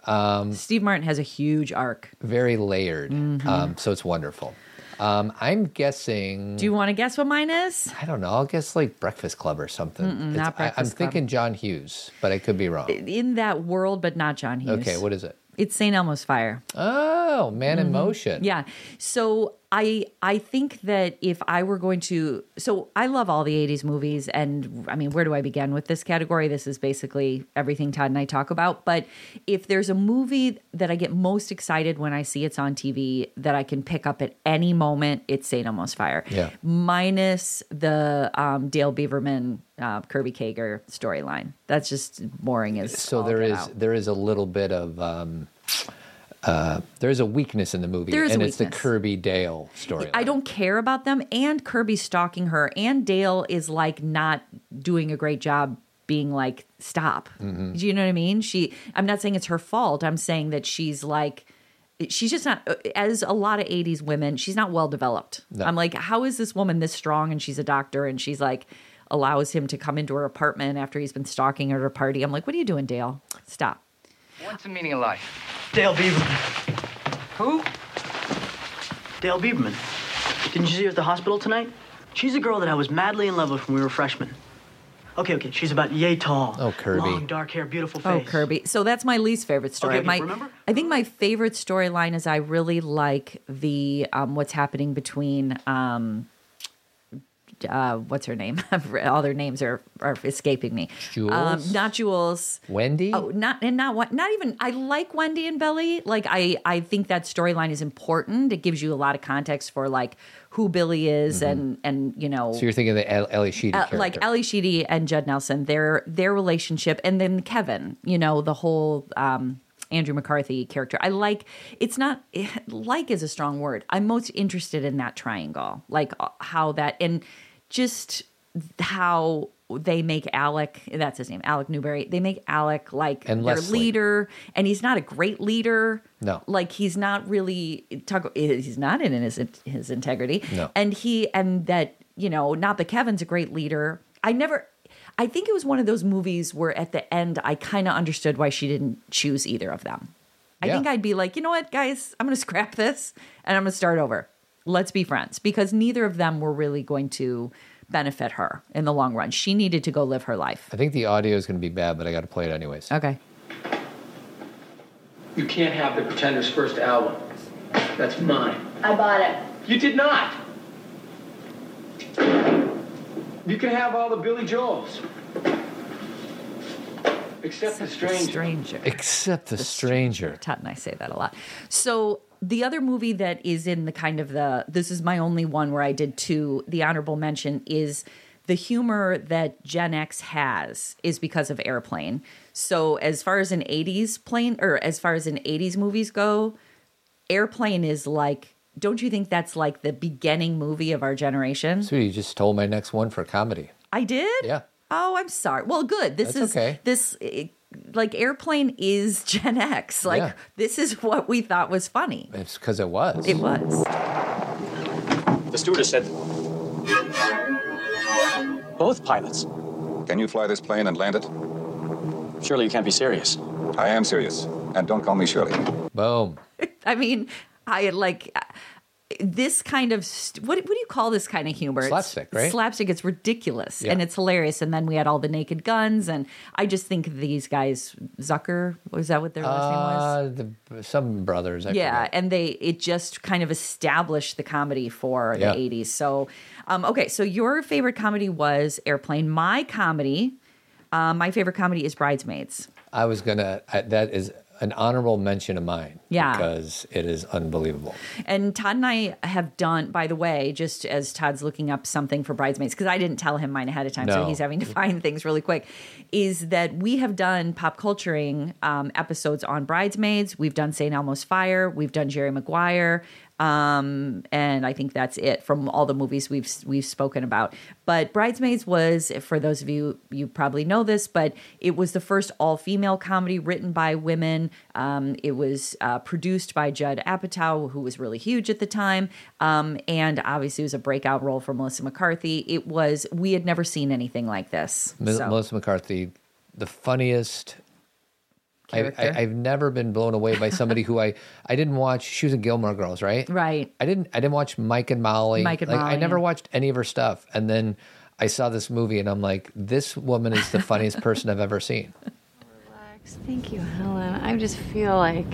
Speaker 1: Um,
Speaker 2: Steve Martin has a huge arc.
Speaker 1: Very layered.
Speaker 2: Mhm.
Speaker 1: Um, so it's wonderful. Um, I'm guessing.
Speaker 2: Do you want to guess what mine is?
Speaker 1: I don't know. I'll guess like Breakfast Club or something.
Speaker 2: Mm-mm,
Speaker 1: It's-
Speaker 2: not
Speaker 1: I, am
Speaker 2: Breakfast Club.
Speaker 1: thinking John Hughes, but I could be wrong.
Speaker 2: In that world, but not John Hughes.
Speaker 1: Okay, what is it?
Speaker 2: It's St. Elmo's Fire.
Speaker 1: Oh, Man
Speaker 2: Mm-hmm.
Speaker 1: in Motion.
Speaker 2: Yeah. So I I think that if I were going to so I love all the 80s movies and I mean where do I begin with this category? This is basically everything Todd and I talk about, but if there's a movie that I get most excited when I see it's on TV that I can pick up at any moment, it's St. Elmo's Fire.
Speaker 7: Yeah.
Speaker 2: Minus the um, Dale Beaverman uh, Kirby Kager storyline. That's just boring as
Speaker 1: so
Speaker 2: all
Speaker 1: there
Speaker 2: get
Speaker 1: is
Speaker 2: out.
Speaker 1: there is a little bit of um, uh, there is a weakness in the movie,
Speaker 2: There is a
Speaker 1: and it's the
Speaker 2: weakness.
Speaker 1: Kirby Dale story.
Speaker 2: I don't care about them. And Kirby stalking her, and Dale is like not doing a great job being like, stop.
Speaker 7: Mhm.
Speaker 2: Do you know what I mean? She, I'm not saying it's her fault. I'm saying that she's like, she's just not, as a lot of 80s women, she's not well developed.
Speaker 7: No.
Speaker 2: I'm like, how is this woman this strong and she's a doctor and she's like, allows him to come into her apartment after he's been stalking her at a party? I'm like, what are you doing, Dale? Stop.
Speaker 15: What's the meaning of life? Dale Beaverman. Who? Dale Beaverman. Didn't you see her at the hospital tonight? She's a girl that I was madly in love with when we were freshmen. Okay, okay, she's about yay tall.
Speaker 1: Oh, Kirby.
Speaker 15: Long, dark hair, beautiful
Speaker 2: Oh,
Speaker 15: face.
Speaker 2: Kirby. So that's my least favorite story.
Speaker 15: Okay,
Speaker 2: my,
Speaker 15: remember?
Speaker 2: I think my favorite storyline is I really like the um, what's happening between um, uh, what's her name? [LAUGHS] All their names are, are escaping me. Um,
Speaker 1: Jules?
Speaker 2: not Jules.
Speaker 1: Wendy.
Speaker 2: Oh, not and not what? Not even. I like Wendy and Billy. Like I, I think that storyline is important. It gives you a lot of context for like who Billy is
Speaker 1: Mhm.
Speaker 2: and and you know
Speaker 1: So you're thinking of the El- Ellie Sheedy
Speaker 2: uh,
Speaker 1: character.
Speaker 2: like Ellie Sheedy and Judd Nelson, their their relationship, and then Kevin, you know, the whole um, Andrew McCarthy character. I like it's not [LAUGHS] like is a strong word. I'm most interested in that triangle, like uh, how that and just how they make Alec that's his name, Alec Newberry. They make Alec like
Speaker 1: And
Speaker 2: their
Speaker 1: Leslie.
Speaker 2: leader, and he's not a great leader.
Speaker 1: No.
Speaker 2: Like he's not really talk, he's not in his his integrity.
Speaker 1: No.
Speaker 2: And he and that, you know, not that Kevin's a great leader. I never I think it was one of those movies where at the end I kind of understood why she didn't choose either of them. I
Speaker 7: Yeah.
Speaker 2: think I'd be like, "You know what, guys? I'm going to [LAUGHS] scrap this and I'm going to start over. Let's be friends." Because neither of them were really going to benefit her in the long run. She needed to go live her life.
Speaker 1: I think the audio is going to be bad, but I got to play it anyways.
Speaker 2: Okay.
Speaker 16: You can't have the Pretenders' first album. That's mine.
Speaker 17: I bought it.
Speaker 16: You did not. You can have all the Billy Joels. Except the stranger.
Speaker 2: Stranger.
Speaker 1: Except the stranger.
Speaker 2: Todd and I say that a lot. So the other movie that is in the kind of the this is my only one where I did two the honorable mention is the humor that Gen X has is because of Airplane. So as far as an 80s plane or as far as an 80s movies go, Airplane is like don't you think that's like the beginning movie of our generation?
Speaker 1: So you just stole my next one for comedy.
Speaker 2: I did.
Speaker 1: Yeah.
Speaker 2: Oh, I'm sorry. Well, good. This
Speaker 1: That's
Speaker 2: is
Speaker 1: okay.
Speaker 2: this eh, like airplane is [LAUGHS] Gen X. Like
Speaker 1: Yeah.
Speaker 2: this is what we thought was funny.
Speaker 1: It's because it was.
Speaker 2: It was.
Speaker 17: The stewardess said. Both pilots.
Speaker 18: Can you fly this plane and land it? Surely you can't be serious. I am serious. And don't call me Shirley.
Speaker 1: Boom.
Speaker 2: I mean, I like uh, this kind of st- what what do you call this kind of humor? It's-
Speaker 1: Slapstick, right?
Speaker 2: Slapstick. It's ridiculous
Speaker 1: Yeah.
Speaker 2: and it's hilarious. And then we had all the naked guns, and I just think these guys, Zucker, was that what their last name was?
Speaker 1: Uh, the, some brothers. I
Speaker 2: yeah,
Speaker 1: forget.
Speaker 2: and they it just kind of established the comedy for
Speaker 1: Yeah.
Speaker 2: the '80s. So, um, okay, so your favorite comedy was Airplane. My comedy, uh, my favorite comedy is Bridesmaids.
Speaker 1: I was gonna. I, that is an honorable mention of mine.
Speaker 2: Yeah.
Speaker 1: Because it is unbelievable.
Speaker 2: And Todd and I have done, by the way, just as Todd's looking up something for bridesmaids, because I didn't tell him mine ahead of time, so
Speaker 1: No.
Speaker 2: he's having to find things really quick. Is that we have done pop culturing um, episodes on bridesmaids. We've done St. Elmo's Fire. We've done Jerry Maguire. Um, and I think that's it from all the movies we've we've spoken about. But Bridesmaids was, for those of you you probably know this, but it was the first all female comedy written by women. Um, it was uh, produced by Judd Apatow, who was really huge at the time, um, and obviously it was a breakout role for Melissa McCarthy. It was we had never seen anything like this.
Speaker 1: Mel-
Speaker 2: So-
Speaker 1: Melissa McCarthy, the funniest. I,
Speaker 2: Character.
Speaker 1: I, I've never been blown away by somebody who I I didn't watch. She was in Gilmore Girls, right?
Speaker 2: Right.
Speaker 1: I didn't I didn't watch Mike and Molly.
Speaker 2: Mike and
Speaker 1: like, I
Speaker 2: Molly.
Speaker 1: never watched any of her stuff, and then I saw this movie, and I'm like, this woman is the
Speaker 2: [LAUGHS]
Speaker 1: funniest person I've ever seen.
Speaker 19: Thank you, Helen. I just feel like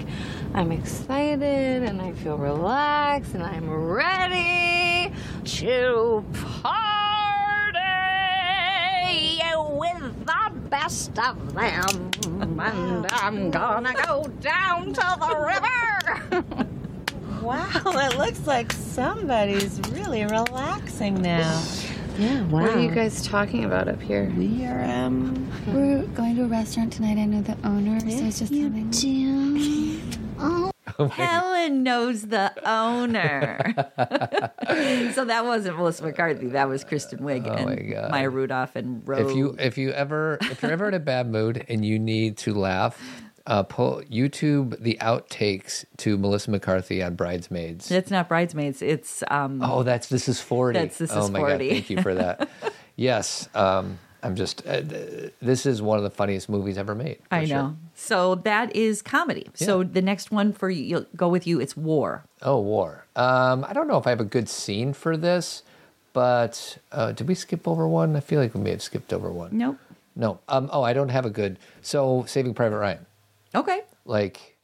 Speaker 19: I'm excited and I feel relaxed and I'm ready to party with the best of them. And I'm gonna go down to the river.
Speaker 20: Wow, it looks like somebody's really relaxing now.
Speaker 19: Yeah,
Speaker 20: wow.
Speaker 19: What are you guys talking about up here?
Speaker 20: We are um
Speaker 21: We're going to a restaurant tonight. I know the owner, so I was just having. Oh.
Speaker 2: Helen knows the
Speaker 1: [LAUGHS]
Speaker 2: owner. so that wasn't Melissa McCarthy. That was Kristen Wiig and Maya Rudolph and Rose.
Speaker 1: Oh If you if you ever if you're ever in a bad mood and you need to laugh, uh, pull YouTube the outtakes to Melissa McCarthy on Bridesmaids.
Speaker 2: it's not bridesmaids. It's um.
Speaker 1: Oh, that's this is forty.
Speaker 2: That's This Is
Speaker 1: oh my
Speaker 2: 40.
Speaker 1: god! Thank you for that.
Speaker 2: [LAUGHS]
Speaker 1: yes, um, I'm just. Uh, th- this is one of the funniest movies ever made. for
Speaker 2: I know.
Speaker 1: sure.
Speaker 2: So that is comedy. So the next one for you, you'll go with you. It's war.
Speaker 1: Oh, war. Um, I don't know if I have a good scene for this, but uh, did we skip over one? I feel like we may have skipped over one.
Speaker 2: Nope.
Speaker 1: No. Um, oh, I don't have a good. So Saving Private Ryan.
Speaker 2: Okay.
Speaker 1: like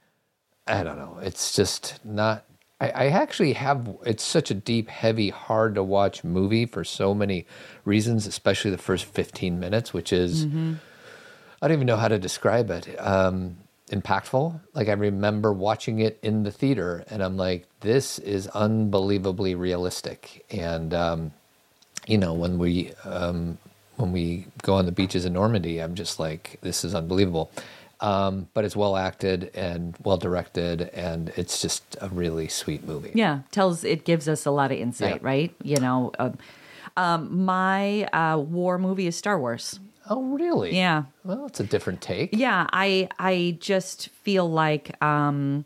Speaker 1: I don't know. It's just not. I, I actually have. It's such a deep, heavy, hard to watch movie for so many reasons, especially the first fifteen minutes, which
Speaker 2: Mm-hmm.
Speaker 1: is I don't even know how to describe it. Um, impactful. Like I remember watching it in the theater, and I'm like, this is unbelievably realistic. And um, you know, when we um, when we go on the beaches in Normandy, I'm just like, this is unbelievable. Um, but it's well acted and well directed, and it's just a really sweet movie.
Speaker 2: Yeah, tells it gives us a lot of insight,
Speaker 1: Yeah.
Speaker 2: right? You know, um, um, my uh, war movie is Star Wars.
Speaker 1: Oh, really?
Speaker 2: Yeah.
Speaker 1: Well, it's a different take.
Speaker 2: Yeah, I I just feel like um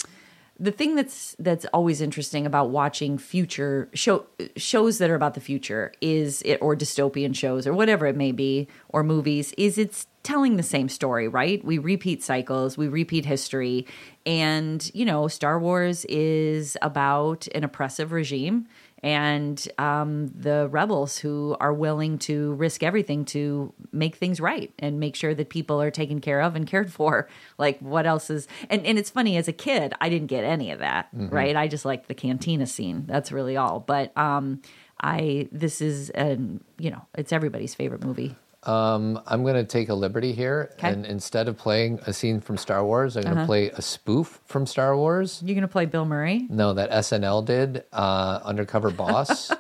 Speaker 2: the thing that's that's always interesting about watching future show shows that are about the future is it or dystopian shows or whatever it may be or movies is it's telling the same story, right? We repeat cycles, we repeat history and, you know, Star Wars is about an oppressive regime and um, the rebels who are willing to risk everything to make things right and make sure that people are taken care of and cared for. [LAUGHS] Like, what else is. And, and it's funny, as a kid, I didn't get any of that,
Speaker 1: Mm-hmm.
Speaker 19: Mhm.
Speaker 2: right? I just liked the cantina scene. That's really all. But um, I, this is, an, you know, it's everybody's favorite movie.
Speaker 1: Um, I'm going to take a liberty here,
Speaker 2: 'Kay.
Speaker 1: and instead of playing a scene from Star Wars, I'm going to
Speaker 2: Uh-huh.
Speaker 1: play a spoof from Star Wars.
Speaker 2: You're going to play Bill Murray?
Speaker 1: No, that SNL did, uh, Undercover
Speaker 2: [LAUGHS]
Speaker 1: Boss.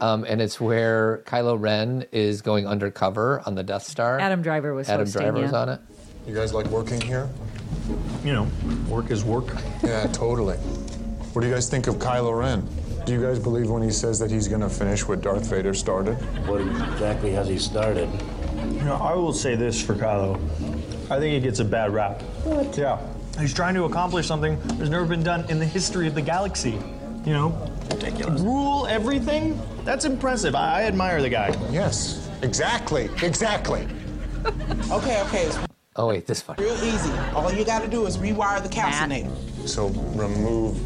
Speaker 1: um, and it's where Kylo Ren is going undercover on the Death Star.
Speaker 2: Adam Driver was
Speaker 1: Adam
Speaker 2: hosting,
Speaker 1: Driver's
Speaker 2: yeah.
Speaker 1: on it.
Speaker 22: You guys like working here? You know, work is work. Yeah, totally.
Speaker 3: What do you guys think of Kylo Ren? Do you guys believe when he says that he's going to finish what Darth Vader started? What exactly has he started?
Speaker 22: You know, I will say this for Kylo. I think he gets a bad rap. What? Yeah. He's trying to accomplish something that's never been done in the history of the galaxy. You know? Ridiculous. Rule everything? That's impressive. I, I admire the guy.
Speaker 3: Yes. Exactly. Exactly.
Speaker 23: Okay, okay. It's
Speaker 1: Oh wait, this
Speaker 2: [LAUGHS]
Speaker 1: one.
Speaker 23: real easy. All you gotta do is rewire the calcinator.
Speaker 3: So remove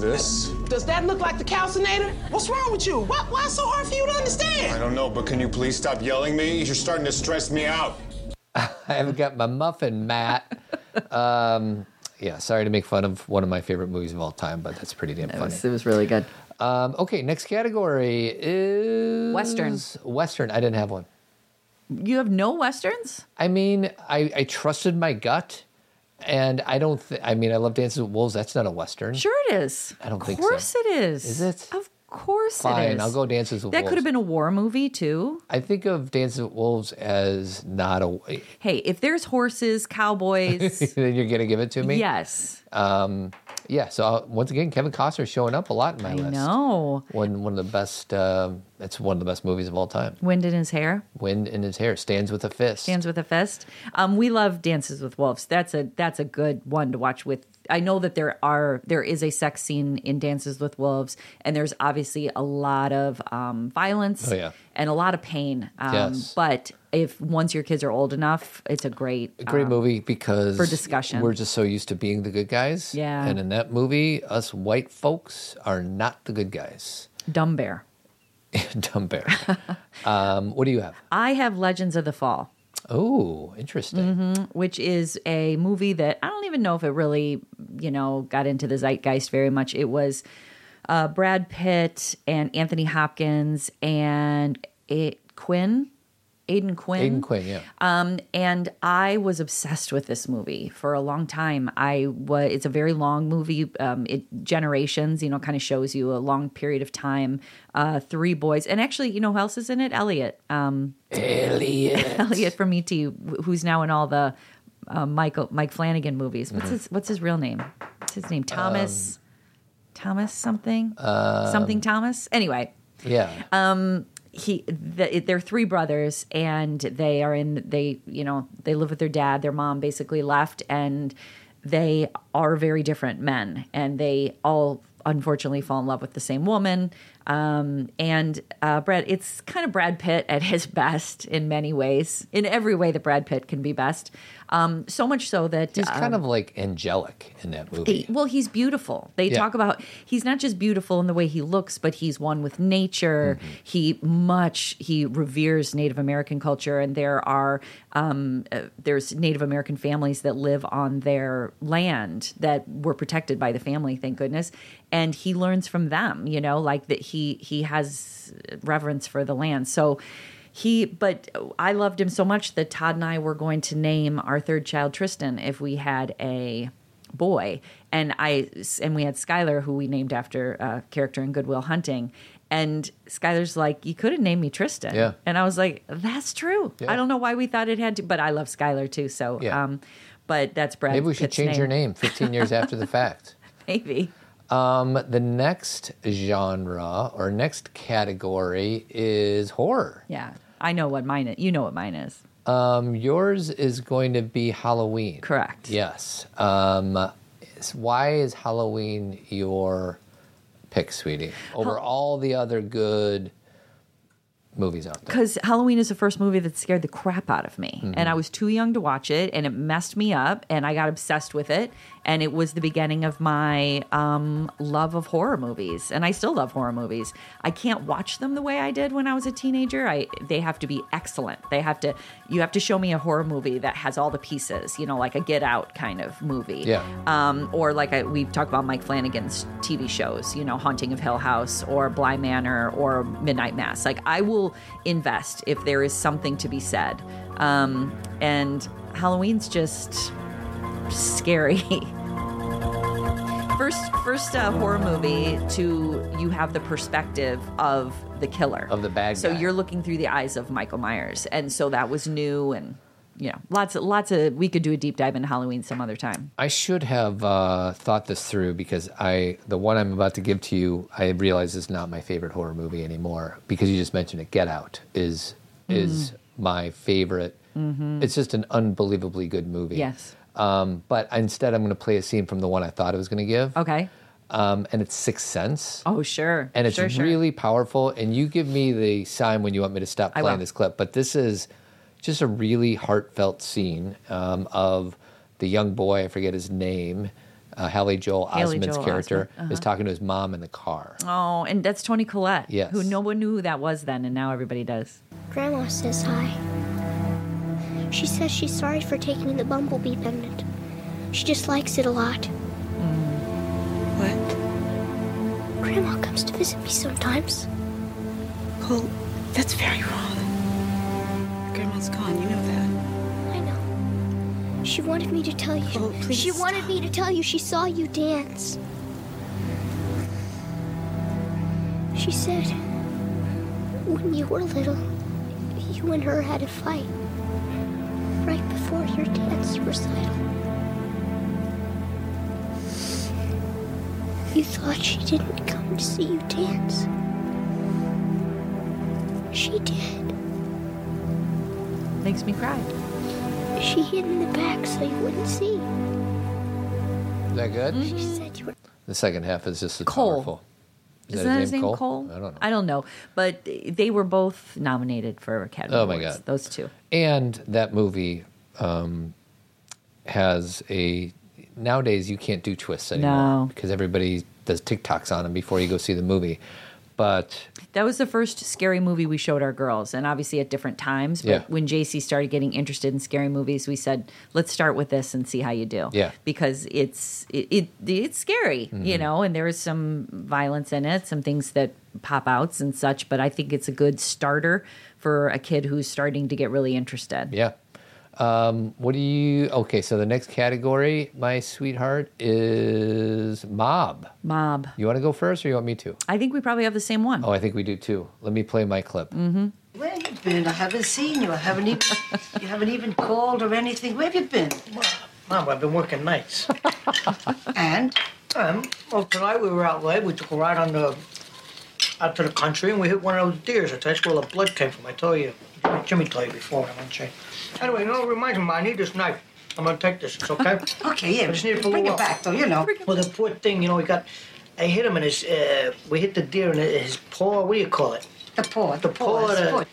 Speaker 3: this?
Speaker 23: Does that look like the calcinator? What's wrong with you? Why, why it's so hard for you to understand?
Speaker 3: I don't know, but can you please stop yelling me? You're starting to stress me out.
Speaker 1: I haven't got my muffin, Matt. um, yeah, sorry to make fun of one of my favorite movies of all time, but that's pretty damn funny.
Speaker 24: was- it was really good.
Speaker 1: Um, okay, next category is
Speaker 2: Westerns.
Speaker 1: Western. I didn't have one.
Speaker 2: You have no westerns?
Speaker 1: I mean, I, I trusted my gut, and I don't. Th- I mean, I love Dances with Wolves. That's not a western.
Speaker 2: Sure it is.
Speaker 1: I don't
Speaker 2: of
Speaker 1: think so.
Speaker 2: Of course it is.
Speaker 1: Is it?
Speaker 2: Of course it
Speaker 1: Fine,
Speaker 2: is.
Speaker 1: I'll go Dances with
Speaker 2: That
Speaker 1: Wolves.
Speaker 2: could have been a war movie too.
Speaker 1: I think of Dances with Wolves as not [LAUGHS] a.
Speaker 2: Hey, if there's horses, cowboys,
Speaker 1: then you're gonna give it to [LAUGHS] me.
Speaker 2: yes.
Speaker 1: Um, yeah. So uh, once again, Kevin Costner showing up a lot in my
Speaker 2: I
Speaker 1: list.
Speaker 2: know.
Speaker 1: One one of the best. Um, it's one of the best movies of all time.
Speaker 2: Wind in his hair.
Speaker 1: Wind in his hair stands with a fist.
Speaker 2: Stands with a fist. Um, we love Dances with Wolves. That's a that's a good one to watch with. I know that there are there is a sex scene in Dances with Wolves, and there's obviously a lot of um, violence
Speaker 1: Oh, yeah.
Speaker 2: and a lot of pain. Um,
Speaker 1: Yes.
Speaker 2: But if once your kids are old enough, it's a great
Speaker 1: a great
Speaker 2: um,
Speaker 1: movie because
Speaker 2: for discussion.
Speaker 1: we're just so used to being the good guys.
Speaker 2: Yeah.
Speaker 1: And in that movie, us white folks are not the good guys.
Speaker 2: uh, Dumb Bear.
Speaker 1: [LAUGHS] Dumb bear. um, what do you have?
Speaker 2: I have Legends of the Fall.
Speaker 1: Oh, interesting.
Speaker 2: hmm which is a movie that I don't even know if it really, you know, got into the zeitgeist very much. It was uh, Brad Pitt and Anthony Hopkins and it, Quinn, Aiden Quinn.
Speaker 1: Aiden Quinn, yeah.
Speaker 2: Um, and I was obsessed with this movie for a long time. I was. It's a very long movie. Um, it generations, you know, kind of shows you a long period of time. Uh, three boys, and actually, you know, who else is in it? Elliot. Um,
Speaker 1: Elliot.
Speaker 2: [LAUGHS] Elliot from ET, wh- who's now in all the uh, Michael Mike Flanagan movies. What's
Speaker 1: Mhm.
Speaker 2: his What's his real name? What's his name? Thomas. Thomas something.
Speaker 1: Um,
Speaker 2: something Thomas. Anyway,
Speaker 1: Yeah.
Speaker 2: um he the, they're three brothers and they are in they you know they live with their dad their mom basically left and they are very different men and they all unfortunately fall in love with the same woman um and uh Brad it's kind of Brad Pitt at his best in many ways in every way that Brad Pitt can be best um so much so that
Speaker 1: He's kind
Speaker 2: um,
Speaker 1: of like angelic in that movie.
Speaker 2: he- well, he's beautiful. They
Speaker 1: Yeah.
Speaker 2: talk about he's not just beautiful in the way he looks, but he's one with nature.
Speaker 1: Mm-hmm.
Speaker 2: He much he reveres Native American culture, and there are um, uh, there's Native American families that live on their land that were protected by the family, thank goodness. And he learns from them, you know, like that he he has reverence for the land. So he but i loved him so much that todd and i were going to name our third child tristan if we had a boy and i and we had skylar who we named after a character in goodwill hunting and skylar's like you could have named me tristan
Speaker 1: Yeah.
Speaker 2: and i was like that's true
Speaker 1: Yeah.
Speaker 2: i don't know why we thought it had to but i love skylar too so
Speaker 1: Yeah.
Speaker 2: um but that's brad
Speaker 1: Maybe we should
Speaker 2: Pitt's
Speaker 1: change your name 15 years after
Speaker 2: [LAUGHS]
Speaker 1: the fact.
Speaker 2: maybe
Speaker 1: Um, the next genre or next category is horror.
Speaker 2: yeah i know what mine is you know what mine is
Speaker 1: Um, yours is going to be Halloween.
Speaker 2: Correct.
Speaker 1: Yes. Um, s- why is Halloween your pick, sweetie, over all the other good movies out there?
Speaker 2: because Halloween is the first movie that scared the crap out of me,
Speaker 1: Mhm.
Speaker 2: and I was too young to watch it, and it messed me up, and I got obsessed with it, and it was the beginning of my um, love of horror movies, and I still love horror movies. I can't watch them the way I did when I was a teenager. I they have to be excellent. They have to you have to show me a horror movie that has all the pieces, you know, like a Get Out kind of movie,
Speaker 1: Yeah.
Speaker 2: um, or like I, we've talked about Mike Flanagan's TV shows, you know, Haunting of Hill House or Bly Manor or Midnight Mass. Like I will invest if there is something to be said. Um, and Halloween's just scary. [LAUGHS] First, first uh, horror movie to you have the perspective of the killer
Speaker 1: Of the bad
Speaker 2: So
Speaker 1: guy.
Speaker 2: you're looking through the eyes of Michael Myers, and so that was new and you know, lots of lots of. We could do a deep dive into Halloween some other time.
Speaker 1: I should have uh, thought this through because I the one I'm about to give to you, I realize is not my favorite horror movie anymore because you just mentioned it. Get Out is is
Speaker 2: Mm-hmm.
Speaker 1: my favorite.
Speaker 2: Mhm.
Speaker 1: It's just an unbelievably good movie.
Speaker 2: Yes.
Speaker 1: Um, but instead, I'm going to play a scene from the one I thought I was going to give.
Speaker 2: Okay.
Speaker 1: Um, and it's Sixth Sense.
Speaker 2: Oh sure.
Speaker 1: And it's
Speaker 2: Sure, sure.
Speaker 1: really powerful. And you give me the sign when you want me to stop
Speaker 2: I
Speaker 1: playing
Speaker 2: will.
Speaker 1: this clip. But this is just a really heartfelt scene um, of the young boy, I forget his name, uh, Haley Joel
Speaker 2: Haley
Speaker 1: Osment's
Speaker 2: Joel
Speaker 1: character,
Speaker 2: Osment, uh-huh.
Speaker 1: is talking to his mom in the car.
Speaker 2: Oh, and that's Tony Collette.
Speaker 1: Yes.
Speaker 2: Who no one knew who that was then, and now everybody does.
Speaker 4: Grandma says hi. She says she's sorry for taking the bumblebee pendant. She just likes it a lot. What? Grandma comes to visit me sometimes. Cole, that's very wrong.
Speaker 20: Grandma's gone, you know that.
Speaker 4: She wanted me to tell you. she wanted me to tell you she saw you dance. She said, when you were little, you and her had a fight right before your dance recital. You thought she didn't come to see you dance. She did.
Speaker 2: Makes me cry.
Speaker 4: She hid in the back so you wouldn't see.
Speaker 1: Is that good?
Speaker 4: She said you were
Speaker 1: The second half is just as
Speaker 2: Mm-hmm. Cole.
Speaker 1: powerful.
Speaker 2: Isn't that his name, Cole?
Speaker 1: I don't know.
Speaker 2: I don't know, but they were both nominated for Academy
Speaker 1: Oh my
Speaker 2: Awards.
Speaker 1: God.
Speaker 2: those two.
Speaker 1: And that movie um, has a. Nowadays, you can't do twists anymore
Speaker 2: No.
Speaker 1: because everybody does TikToks on them before you go see the movie. But
Speaker 2: That was the first scary movie we showed our girls, and obviously at different times. But
Speaker 1: Yeah.
Speaker 2: when JC started getting interested in scary movies, we said, "Let's start with this and see how you do."
Speaker 1: Yeah.
Speaker 2: because it's it, it it's scary, you
Speaker 1: Mhm.
Speaker 2: know, and there is some violence in it, some things that pop outs and such. But I think it's a good starter for a kid who's starting to get really interested.
Speaker 1: yeah. Um, what do you. Okay, so the next category, my sweetheart, is Mob.
Speaker 2: Mob.
Speaker 1: You want to go first or you want me to?
Speaker 2: I think we probably have the same one.
Speaker 1: Oh, I think we do too. Let me play my clip.
Speaker 2: Mm.
Speaker 5: Mm-hmm. Where have you been? I haven't seen you. I haven't even you haven't even called or anything. Where have you been? Mom, Mom I've been working nights. and um, well, tonight we were out late. We took a ride on the out to the country, and we hit one of those deers. That's where the blood came from. I told you, Jimmy told you before. I'm on chain. Anyway, you know, it reminds me. I need this knife. I'm gonna take this. It's okay. [LAUGHS] Okay, yeah, I just need it for a bring it little while. back, though, you know. Bring Well, the poor thing, you know, we got. I hit him in his. Uh, we hit the deer in his paw. What do you call it? The paw. The paw. paw, the The paw.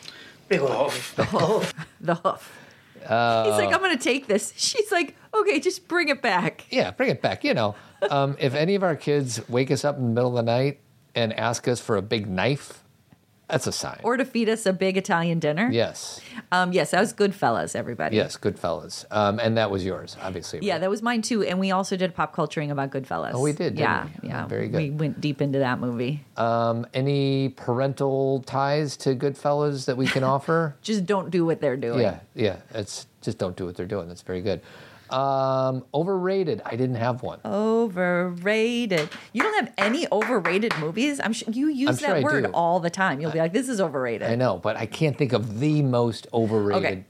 Speaker 5: big hoof. The hoof.
Speaker 2: The hoof.
Speaker 1: Uh.
Speaker 2: He's like, I'm going to take this. She's like, okay, just bring it back.
Speaker 1: Yeah, bring it back. You know, um, if any of our kids wake us up in the middle of the night and ask us for a big knife, that's a sign.
Speaker 2: Or to feed us a big Italian dinner.
Speaker 1: Yes,
Speaker 2: Um, yes, that was Goodfellas, everybody.
Speaker 1: yes, Goodfellas, um, and that was yours, obviously.
Speaker 2: Yeah, that was mine too. And we also did pop culturing about Goodfellas.
Speaker 1: Oh, we did, didn't
Speaker 2: yeah,
Speaker 1: we?
Speaker 2: yeah.
Speaker 1: Very good.
Speaker 2: We went deep into that movie.
Speaker 1: Um, any parental ties to Goodfellas that we
Speaker 2: [LAUGHS]
Speaker 1: can offer?
Speaker 2: Just don't do what they're doing.
Speaker 1: yeah, yeah. It's just don't do what they're doing. That's very good. Um, overrated. I didn't have one.
Speaker 2: Oh. Overrated. You don't have any overrated movies. I'm sure you use
Speaker 1: I'm sure
Speaker 2: that
Speaker 1: I
Speaker 2: word
Speaker 1: do.
Speaker 2: all the time. You'll be like, this is overrated.
Speaker 1: I know, but I can't think of the most overrated.
Speaker 2: Okay.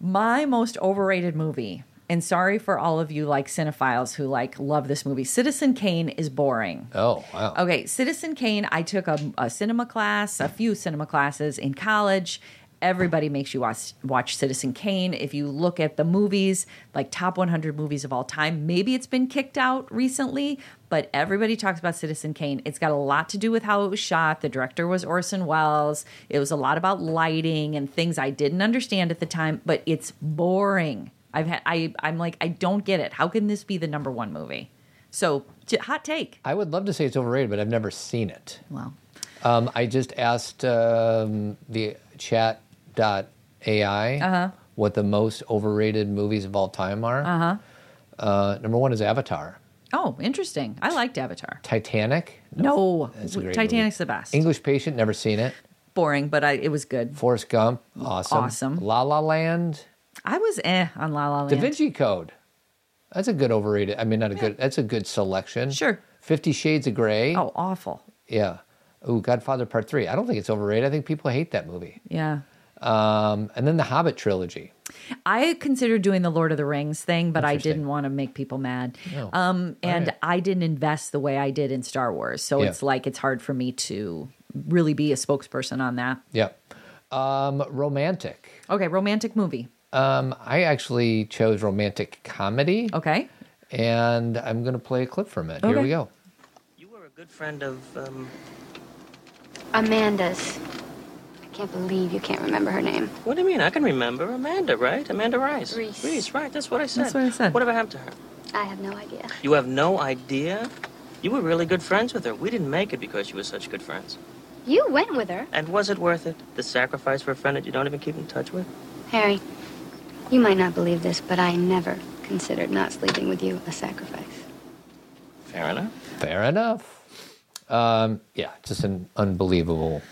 Speaker 2: My most overrated movie, and sorry for all of you like cinephiles who like love this movie. Citizen Kane is boring.
Speaker 1: Oh wow.
Speaker 2: Okay, Citizen Kane. I took a, a cinema class, a few cinema classes in college. Everybody makes you watch, watch Citizen Kane. If you look at the movies, like top 100 movies of all time, maybe it's been kicked out recently, but everybody talks about Citizen Kane. It's got a lot to do with how it was shot. The director was Orson Welles. It was a lot about lighting and things I didn't understand at the time, but it's boring. I've had, I, I'm like, I don't get it. How can this be the number one movie? So, j- hot take.
Speaker 1: I would love to say it's overrated, but I've never seen it.
Speaker 2: Wow.
Speaker 1: Um, I just asked um, the chat.ai
Speaker 2: Uh-huh.
Speaker 1: what the most overrated movies of all time are.
Speaker 2: Uh-huh.
Speaker 1: Uh, number one is Avatar.
Speaker 2: Oh, interesting. I liked Avatar.
Speaker 1: Titanic?
Speaker 2: No,
Speaker 1: That's a great
Speaker 2: Titanic's
Speaker 1: movie.
Speaker 2: the best.
Speaker 1: English Patient, never seen it.
Speaker 2: Boring, but I, it was good.
Speaker 1: Forrest Gump, awesome.
Speaker 2: Awesome.
Speaker 1: La La Land.
Speaker 2: I was eh on La La Land.
Speaker 1: Da Vinci Code. That's a good overrated. I mean, not a good. That's a good selection. Sure. Fifty Shades of Grey. Oh,
Speaker 2: awful.
Speaker 1: Yeah. Ooh, Godfather Part Three. I don't think it's overrated. I think people hate that movie.
Speaker 2: Yeah.
Speaker 1: Um, and then the Hobbit trilogy.
Speaker 2: I considered doing the Lord of the Rings thing, but I didn't want to make people mad.
Speaker 8: Oh,
Speaker 2: Um, and
Speaker 8: all right.
Speaker 2: I didn't invest the way I did in Star Wars. So
Speaker 1: Yeah.
Speaker 2: it's like it's hard for me to really be a spokesperson on that.
Speaker 1: Yep. Um, romantic.
Speaker 2: Okay, romantic movie.
Speaker 1: Um, I actually chose romantic comedy.
Speaker 2: Okay.
Speaker 1: And I'm going to play a clip from it. Here
Speaker 4: Okay.
Speaker 1: we go.
Speaker 5: Good friend of um,
Speaker 21: Amanda's. I can't believe you can't remember her name.
Speaker 5: What do you mean? I can remember Amanda, right? Amanda Rice. Reese. right. That's what I said.
Speaker 21: That's what I said.
Speaker 5: Whatever happened to her?
Speaker 21: I have no idea.
Speaker 5: You have no idea? You were really good friends with her. We didn't make it because you were such good friends.
Speaker 21: You went with her.
Speaker 5: And was it worth it? The sacrifice for a friend that you don't even keep in touch with?
Speaker 21: Harry, you might not believe this, but I never considered not sleeping with you a sacrifice.
Speaker 5: Fair enough.
Speaker 1: Fair enough. Um, yeah, just an unbelievable,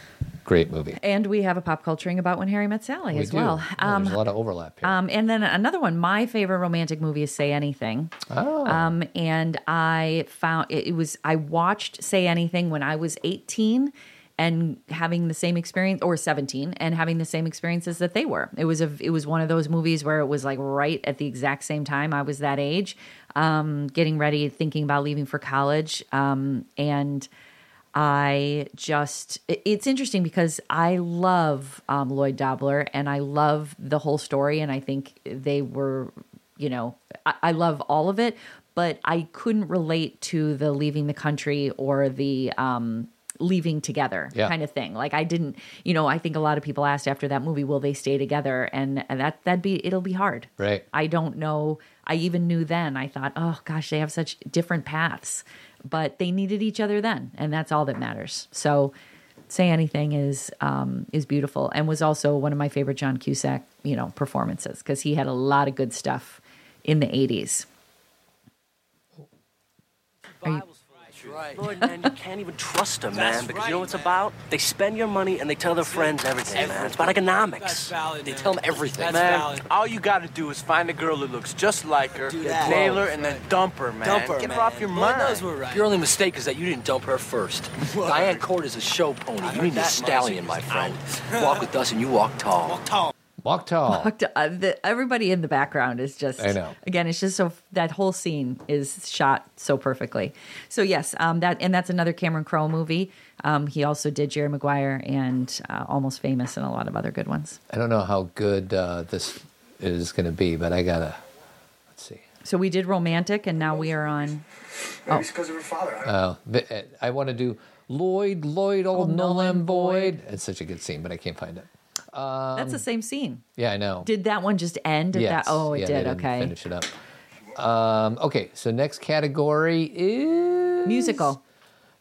Speaker 1: great movie.
Speaker 2: And we have a pop culturing about when Harry met Sally
Speaker 1: We
Speaker 2: as
Speaker 1: do.
Speaker 2: well.
Speaker 1: Oh, there's a lot of overlap.
Speaker 2: Um, and then another one, my favorite romantic movie is Say Anything.
Speaker 1: Oh.
Speaker 2: Um, and I found it, it was I watched Say Anything when I was 18 and having the same experience or 17 and having the same experiences that they were. It was a it was one of those movies where it was like right at the exact same time I was that age, um, getting ready, thinking about leaving for college. Um, and I just, it- it's interesting because I love um, Lloyd Dobler and I love the whole story. And I think they were, you know, I, I love all of it, but I couldn't relate to the leaving the country or the, um, leaving together
Speaker 8: Yeah.
Speaker 2: kind of thing like i didn't you know i think a lot of people asked after that movie will they stay together and, and that that'd be it'll be hard
Speaker 1: Right.
Speaker 2: I don't know. I even knew then. I thought, oh gosh, they have such different paths, but they needed each other then, and that's all that matters. So, say anything is um, is beautiful, and was also one of my favorite John Cusack, you know, performances because he had a lot of good stuff in the '80s. Are you-
Speaker 9: Right. Lord, man, you can't even trust them,
Speaker 10: That's
Speaker 9: man, because
Speaker 10: right,
Speaker 9: you know what it's about? They spend your money and they tell their friends everything, man. It's about economics.
Speaker 10: That's valid,
Speaker 9: they
Speaker 10: man.
Speaker 9: tell them everything,
Speaker 10: That's
Speaker 9: man.
Speaker 10: valid. All you gotta do is find a girl that looks just like her,
Speaker 9: Do that.
Speaker 10: nail her,
Speaker 9: Close,
Speaker 10: and then dump her, man.
Speaker 9: Dump her,
Speaker 10: Get
Speaker 9: man.
Speaker 10: her off your
Speaker 9: Lord
Speaker 10: mind.
Speaker 9: knows we're right. Your only mistake is that you didn't dump her
Speaker 4: [LAUGHS]
Speaker 9: first. Diane Court is a show pony. You
Speaker 10: heard
Speaker 9: need a
Speaker 10: that
Speaker 9: stallion, my friend. walk with us and you walk tall. Walk tall.
Speaker 1: Walk tall.
Speaker 2: Fucked up. Uh, the, everybody in the background is just.
Speaker 1: I know.
Speaker 2: Again, it's just so that whole scene is shot so perfectly. So yes, um, that and that's another Cameron Crowe movie. Um, he also did Jerry Maguire and uh, Almost Famous and a lot of other good ones.
Speaker 1: I don't know how good uh, this is going to be, but I gotta. Let's see.
Speaker 2: So we did Romantic, and now we are on. Oh.
Speaker 3: because of her father.
Speaker 1: Oh, th- uh, I want to do Lloyd, Lloyd, old null and void. It's such a good scene, but I can't find it. Um,
Speaker 2: That's the same scene.
Speaker 1: Yeah, I know.
Speaker 2: Did that one just end? Did
Speaker 1: Yes.
Speaker 2: that? Oh, it
Speaker 1: Yeah, they
Speaker 2: did.
Speaker 1: didn't
Speaker 2: Okay.
Speaker 1: Finish it up. Um, okay, so next category is musical.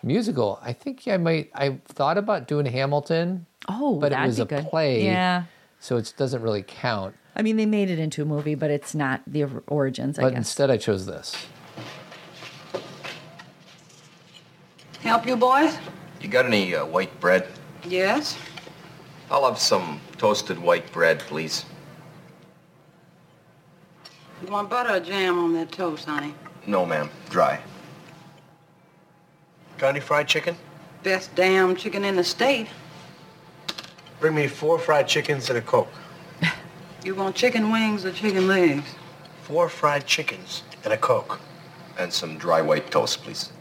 Speaker 1: Musical. I think I might. I thought about doing Hamilton.
Speaker 2: Oh,
Speaker 1: but it
Speaker 2: that'd
Speaker 1: was
Speaker 2: be
Speaker 1: a
Speaker 2: good.
Speaker 1: play.
Speaker 2: Yeah.
Speaker 1: So it doesn't really count.
Speaker 2: I mean, they made it into a movie, but it's not the or- origins. I
Speaker 1: But
Speaker 2: guess.
Speaker 1: instead, I chose this.
Speaker 5: Help you, boys?
Speaker 24: You got any uh, white bread?
Speaker 5: Yes.
Speaker 24: I'll have some toasted white bread, please.
Speaker 5: You want butter or jam on that toast, honey?
Speaker 24: No, ma'am. Dry. Got any fried chicken?
Speaker 5: Best damn chicken in the state.
Speaker 24: Bring me four fried chickens and a Coke.
Speaker 5: [LAUGHS] You want chicken wings or chicken legs?
Speaker 24: Four fried chickens and a Coke. And some dry white toast, please.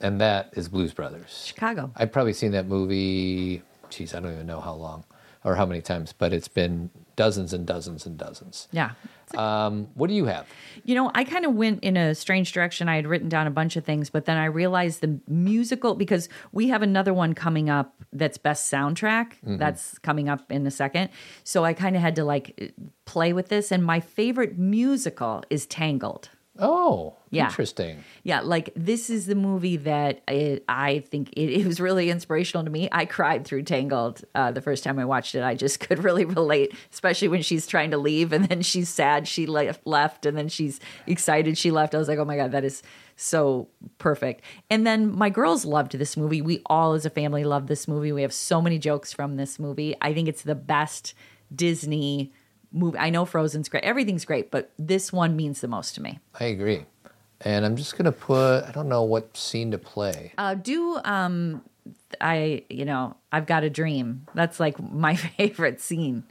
Speaker 1: and that is Blues Brothers.
Speaker 2: Chicago.
Speaker 1: I've probably seen that movie. Geez, I don't even know how long or how many times, but it's been dozens and dozens and dozens.
Speaker 2: Yeah.
Speaker 1: Um, what do you have?
Speaker 2: You know, I kind of went in a strange direction. I had written down a bunch of things, but then I realized the musical because we have another one coming up that's best soundtrack.
Speaker 8: Mhm.
Speaker 2: That's coming up in a second. So I kind of had to like play with this. And my favorite musical is Tangled.
Speaker 1: Oh,
Speaker 2: Yeah.
Speaker 1: interesting.
Speaker 2: Yeah, like this is the movie that I, I think it, it was really inspirational to me. I cried through Tangled uh, the first time I watched it. I just [LAUGHS] could really relate, especially when she's trying to leave and then she's sad she left, left and then she's excited she left. I was like, oh my God, that is so perfect. And then my girls loved this movie. We all as a family loved this movie. We have so many jokes from this movie. I think it's the best Disney movie. I know Frozen's great, everything's great, but this one means the most to me.
Speaker 1: I agree. And I'm just gonna put. I don't know what scene to play.
Speaker 2: Uh, do um, I you know I've got a dream. That's like my [LAUGHS] favorite scene.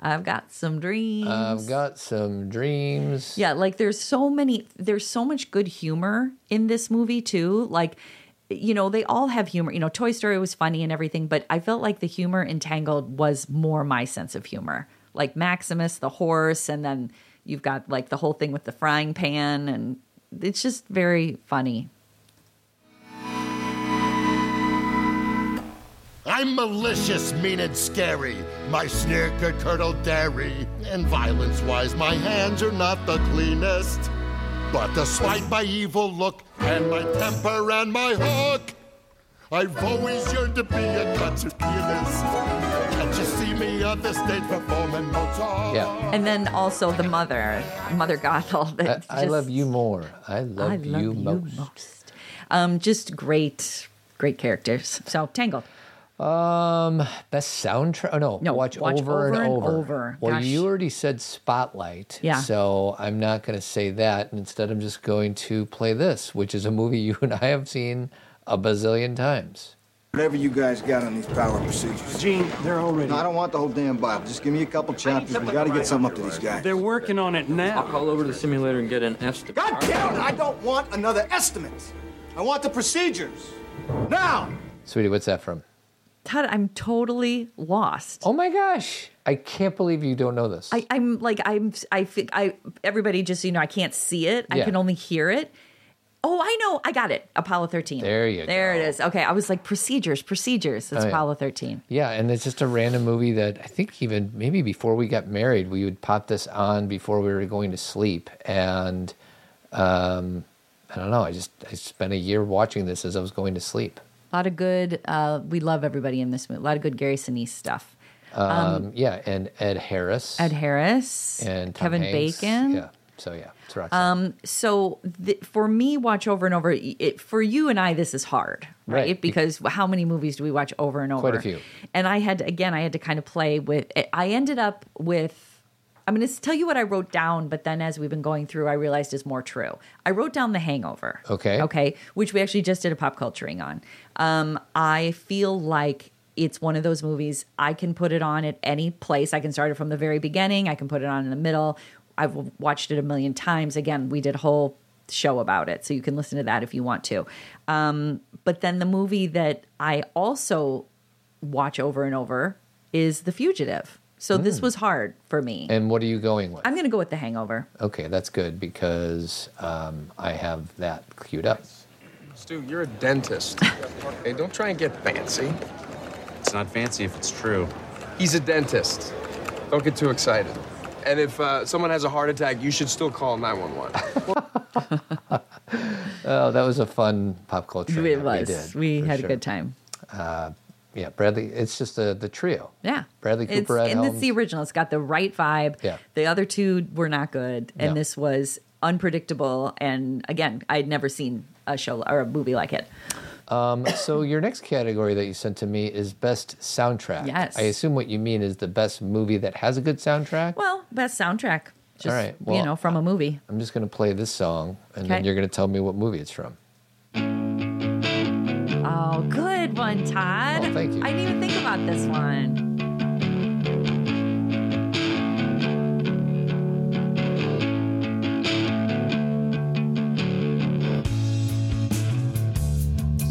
Speaker 2: I've got some dreams.
Speaker 1: I've got some dreams.
Speaker 2: Um, Yeah, like there's so many there's so much good humor in this movie too. Like you know, they all have humor. You know, Toy Story was funny and everything, but I felt like the humor entangled was more my sense of humor. Like Maximus the horse and then you've got like the whole thing with the frying pan and it's just very funny.
Speaker 6: I'm malicious, mean, and scary. My sneer could curdle dairy. And violence wise, my hands are not the cleanest. But despite my evil look, and my temper, and my hook, I've always yearned to be a concert pianist. Can't you see me on the stage performing Mozart?
Speaker 1: Yeah.
Speaker 2: And then also the mother, Mother Gothel. That
Speaker 1: I, I
Speaker 2: just-
Speaker 1: love you more. I love,
Speaker 2: I love
Speaker 1: you,
Speaker 2: you
Speaker 1: most.
Speaker 2: Um, just great, great characters. So Tangled.
Speaker 1: Um, best soundtrack. Oh, no, no, watch,
Speaker 2: watch
Speaker 1: over, and, over. Well,
Speaker 2: Gosh.
Speaker 1: you already said Spotlight.
Speaker 2: Yeah.
Speaker 1: So I'm not going to say that. And Instead, I'm just going to play this, which is a movie [LAUGHS] you and I have seen a bazillion times.
Speaker 8: Whatever you guys got on these power procedures. Gene, they're already. No, I don't want the whole damn Bible. Just give me a couple chapters. We gotta get something up to these guys.
Speaker 11: They're working on it now. I'll call over to the simulator and get an estimate.
Speaker 8: God damn it, I don't want another estimate. I want the procedures. Now!
Speaker 1: Sweetie, what's that from?
Speaker 2: Todd, I'm totally lost.
Speaker 1: Oh my gosh. I can't believe you don't know this.
Speaker 2: I, I'm like I'm I fi- I everybody just so you know I can't see it. I
Speaker 1: Yeah.
Speaker 2: can only hear it. Oh, I know. I got it. Apollo 13.
Speaker 1: There you
Speaker 2: There it is. Okay. I was like procedures, procedures. It's
Speaker 1: Oh, yeah.
Speaker 2: Apollo 13.
Speaker 1: Yeah, and it's just a random movie that I think even maybe before we got married, we would pop this on before we were going to sleep. And um, I don't know, I just I spent a year watching this as I was going to sleep.
Speaker 2: A lot of good uh we love everybody in this movie. A lot of good Gary Sinise stuff.
Speaker 1: Um,
Speaker 2: Um,
Speaker 1: yeah, and Ed Harris
Speaker 2: Ed Harris
Speaker 1: and Tom
Speaker 2: Kevin
Speaker 1: Hanks.
Speaker 2: Bacon.
Speaker 1: Yeah, so yeah, it's Roxanne.
Speaker 2: Um, so th- for me, watch over and over. It, for you and I, this is hard, right?
Speaker 1: Right.
Speaker 2: Because how many movies do we watch over and over?
Speaker 1: Quite a few.
Speaker 2: And I had to, again, I had to kind of play with. I ended up with. I'm going to tell you what I wrote down, but then as we've been going through, I realized is more true. I wrote down The Hangover.
Speaker 1: Okay.
Speaker 2: Okay. Which we actually just did a pop culturing on. Um, I feel like it's one of those movies I can put it on at any place. I can start it from the very beginning. I can put it on in the middle. I've watched it a million times. Again, we did a whole show about it, so you can listen to that if you want to. Um, but then the movie that I also watch over and over is The Fugitive. So this was hard for me.
Speaker 1: and what are you going with?
Speaker 2: I'm going to go with The Hangover.
Speaker 1: Okay, that's good because um, I have that queued up.
Speaker 12: Stu, you're a dentist. hey, don't try and get fancy. It's not fancy if it's true. He's a dentist. Don't get too excited. And if uh, someone has a heart attack, you should still call 911.
Speaker 1: Oh, that was a fun pop culture.
Speaker 2: It
Speaker 1: that
Speaker 2: was.
Speaker 1: did,
Speaker 2: We
Speaker 1: for
Speaker 2: had a
Speaker 1: sure.
Speaker 2: good time.
Speaker 1: Uh, yeah, Bradley. It's just the the
Speaker 2: [LAUGHS]
Speaker 1: trio.
Speaker 2: Yeah.
Speaker 1: Bradley
Speaker 2: It's-
Speaker 1: Cooper, Ed
Speaker 2: and it's
Speaker 1: Helms.
Speaker 2: the original. It's got the right vibe.
Speaker 1: Yeah.
Speaker 2: The other two were not good, and
Speaker 1: No.
Speaker 2: this was unpredictable. And again, I'd never seen a show or a movie like it.
Speaker 1: Um, so your next category that you sent to me is best soundtrack.
Speaker 2: Yes.
Speaker 1: I assume what you mean is the best movie that has a good soundtrack.
Speaker 2: Well, best soundtrack. Just,
Speaker 1: All right,
Speaker 2: you
Speaker 1: well, uh,
Speaker 2: know, from a movie.
Speaker 1: I'm just going to play this song, and then
Speaker 2: Okay.
Speaker 1: you're going to tell me what movie it's from.
Speaker 2: Oh, good one, Todd.
Speaker 1: Well, thank you.
Speaker 2: I didn't even think about this one.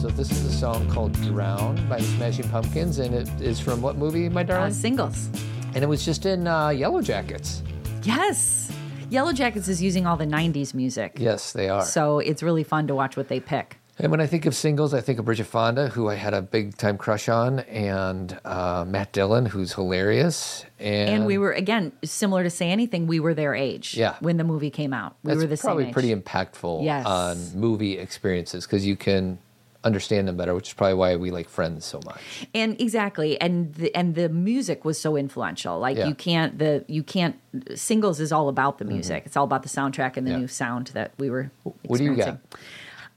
Speaker 1: So this is a song called "Drown" by the Smashing Pumpkins, and it is from what movie, my darling?
Speaker 2: Uh, singles.
Speaker 1: And it was just in uh, Yellow Jackets.
Speaker 2: Yes. Yellow Jackets is using all the 90s music.
Speaker 1: Yes, they are.
Speaker 2: So it's really fun to watch what they pick.
Speaker 1: And when I think of singles, I think of Bridget Fonda, who I had a big time crush on, and uh, Matt Dillon, who's hilarious. And,
Speaker 2: And, we were, again, similar to Say Anything, we were their age
Speaker 1: Yeah.
Speaker 2: when the movie came out. We
Speaker 1: that's
Speaker 2: were the
Speaker 1: probably
Speaker 2: same age.
Speaker 1: pretty impactful
Speaker 2: Yes.
Speaker 1: on movie experiences because you can understand them better, which is probably why we like Friends so much.
Speaker 2: and exactly and the, and the music was so influential like
Speaker 1: Yeah. Mm-hmm.
Speaker 2: you can't the you can't singles is all about the music it's all about the soundtrack and the new sound that we were
Speaker 1: What do you got?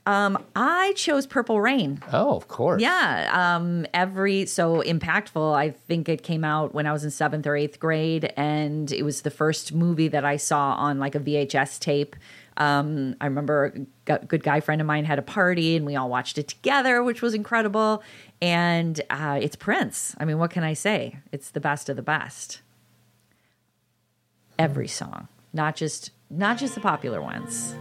Speaker 2: um i chose purple rain
Speaker 1: Oh, of course.
Speaker 2: yeah um every so impactful i think it came out when i was in seventh or eighth grade and it was the first movie that i saw on like a vhs tape um, I remember a g- good guy friend of mine had a party and we all watched it together, which was incredible. And uh, it's Prince. I mean, what can I say? It's the best of the best. every song, not just not just the popular ones.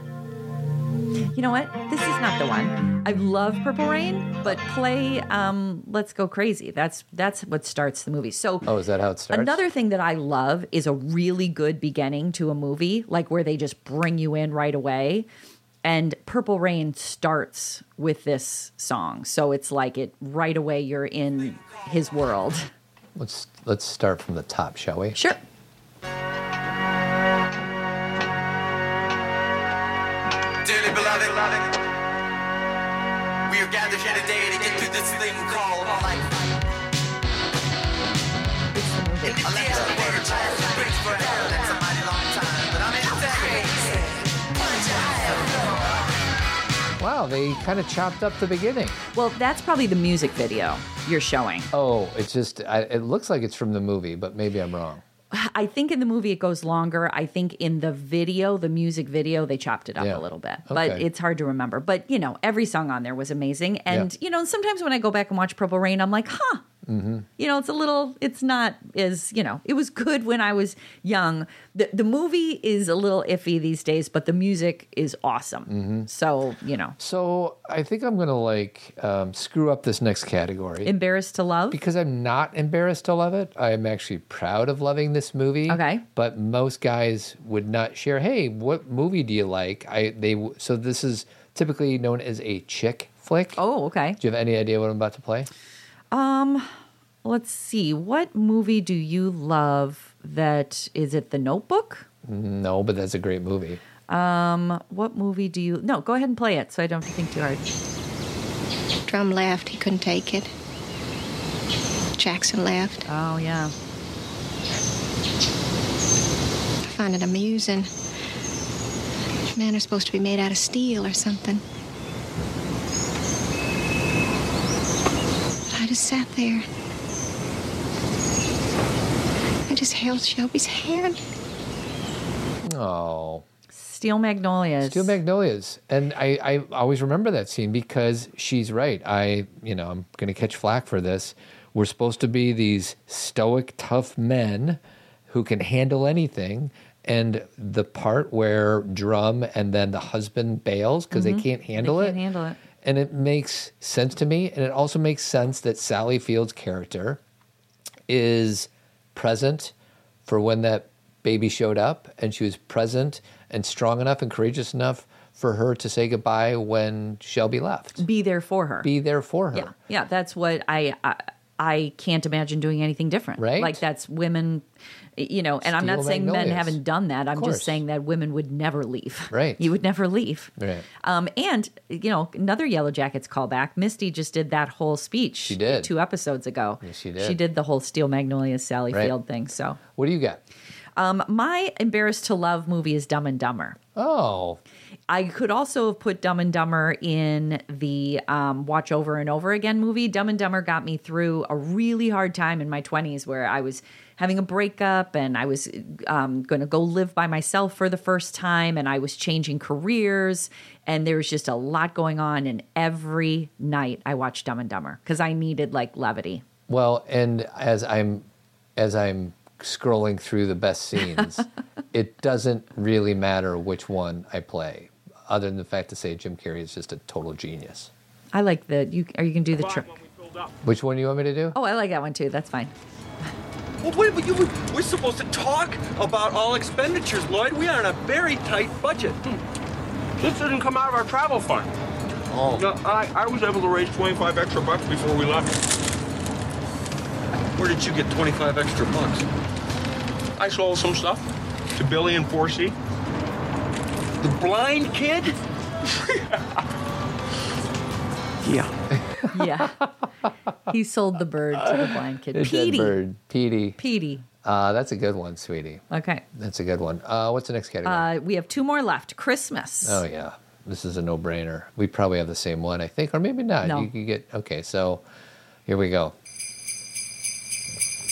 Speaker 2: You know what? This is not the one. I love Purple Rain, but play um, Let's Go Crazy. That's that's what starts the movie. So
Speaker 1: Oh, is that how it starts?
Speaker 2: Another thing that I love is a really good beginning to a movie, like where they just bring you in right away. And Purple Rain starts with this song. So it's like it right away you're in his world.
Speaker 1: Let's let's start from the top, shall we?
Speaker 2: Sure.
Speaker 7: Dearly beloved, we are gathered here today to get through this thing called life. In the theater of words, brings forever. That's a mighty long time, but I'm in the
Speaker 1: Wow, they kind of chopped up the beginning.
Speaker 2: Well, that's probably the music video you're showing.
Speaker 1: Oh, it's just I, it looks like it's from the movie, but maybe I'm wrong.
Speaker 2: I think in the movie it goes longer. I think in the video, the music video, they chopped it up
Speaker 1: Yeah.
Speaker 2: a little bit, but
Speaker 1: Okay.
Speaker 2: it's hard to remember. But you know, every song on there was amazing. And you know, sometimes when I go back and watch Purple Rain, I'm like, huh,
Speaker 13: Mm-hmm.
Speaker 2: you know, it's a little, it's not as, you know, it was good when I was young. The, the movie is a little iffy these days, but the music is awesome.
Speaker 1: Mm-hmm.
Speaker 2: So, you know,
Speaker 1: So I think I'm gonna like um, screw up this next category.
Speaker 2: embarrassed to love.
Speaker 1: because I'm not embarrassed to love it. I'm actually proud of loving this movie.
Speaker 2: Okay.
Speaker 1: But most guys would not share, "Hey, what movie do you like?" I they w- so this is typically known as a chick flick.
Speaker 2: Oh, okay.
Speaker 1: Do you have any idea what I'm about to play?
Speaker 2: Um, let's see. What movie do you love that is it The Notebook?
Speaker 1: No, but that's a great movie.
Speaker 2: Um, what movie do you No, go ahead and play it so I don't have to think too hard.
Speaker 21: Drum laughed. He couldn't take it. Jackson laughed.
Speaker 2: Oh, yeah.
Speaker 21: I find it amusing. Men are supposed to be made out of steel or something. But I just sat there. I just held Shelby's hand.
Speaker 1: Oh.
Speaker 2: Steel Magnolias.
Speaker 1: Steel Magnolias. And I, I always remember that scene because she's right. I, you know, I'm going to catch flack for this. We're supposed to be these stoic, tough men who can handle anything. And the part where Drum and then the husband bails because
Speaker 2: Mhm.
Speaker 1: they can't handle
Speaker 2: They
Speaker 1: it.
Speaker 2: can't handle it.
Speaker 1: And it makes sense to me. And it also makes sense that Sally Field's character is present for when that baby showed up and she was present and strong enough and courageous enough for her to say goodbye when Shelby left.
Speaker 2: Be there for her.
Speaker 1: Be there for her.
Speaker 2: Yeah. Yeah, that's what I I, I can't imagine doing anything different.
Speaker 1: Right?
Speaker 2: Like that's women you know, and I'm
Speaker 1: Steel
Speaker 2: not saying men
Speaker 1: Magnolias.
Speaker 2: haven't done that. I'm
Speaker 1: course.
Speaker 2: just saying that women would never leave.
Speaker 1: Right.
Speaker 2: You would never leave.
Speaker 1: Right.
Speaker 2: Um, and you know, another Yellow Jackets callback. Misty just did that whole speech. She
Speaker 1: did.
Speaker 2: two episodes ago.
Speaker 1: Yes, she did.
Speaker 2: She did the whole Steel Magnolias Sally
Speaker 1: Right.
Speaker 2: Field thing. So,
Speaker 1: What do you got?
Speaker 2: um, my embarrassed to love movie is Dumb and Dumber.
Speaker 1: Oh.
Speaker 2: I could also have put Dumb and Dumber in the um, Watch Over and Over Again movie. Dumb and Dumber got me through a really hard time in my 20s where I was having a breakup and I was um, going to go live by myself for the first time and I was changing careers. And there was just a lot going on. And every night I watched Dumb and Dumber because I needed like levity.
Speaker 1: Well, and as I'm as I'm scrolling through the best scenes, it doesn't really matter which one I play, other than the fact to say Jim Carrey is just a total genius.
Speaker 2: I like the, you, are you going to do the trick?
Speaker 1: Which one do you want me to do?
Speaker 2: Oh, I like that one too. That's fine.
Speaker 10: Well, wait, but you, were- we're supposed to talk about all expenditures, Lloyd. We are on a very tight budget. Hmm. This didn't come out of our travel fund. Oh. No, I, I was able to raise 25 extra bucks before we left. Where did you get 25 extra bucks? I sold some stuff to Billy and 4C. The blind kid? yeah.
Speaker 2: Yeah. he sold the bird to the blind kid.
Speaker 1: The dead
Speaker 2: Petey.
Speaker 1: bird, Petey.
Speaker 2: Petey.
Speaker 1: Uh, that's a good one, sweetie.
Speaker 2: Okay.
Speaker 1: That's a good one. Uh, what's the next category?
Speaker 2: Uh, we have two more left. Christmas.
Speaker 1: oh yeah, this is a no-brainer. We probably have the same one, I think, or maybe not.
Speaker 2: No.
Speaker 1: You could get okay. So here we go.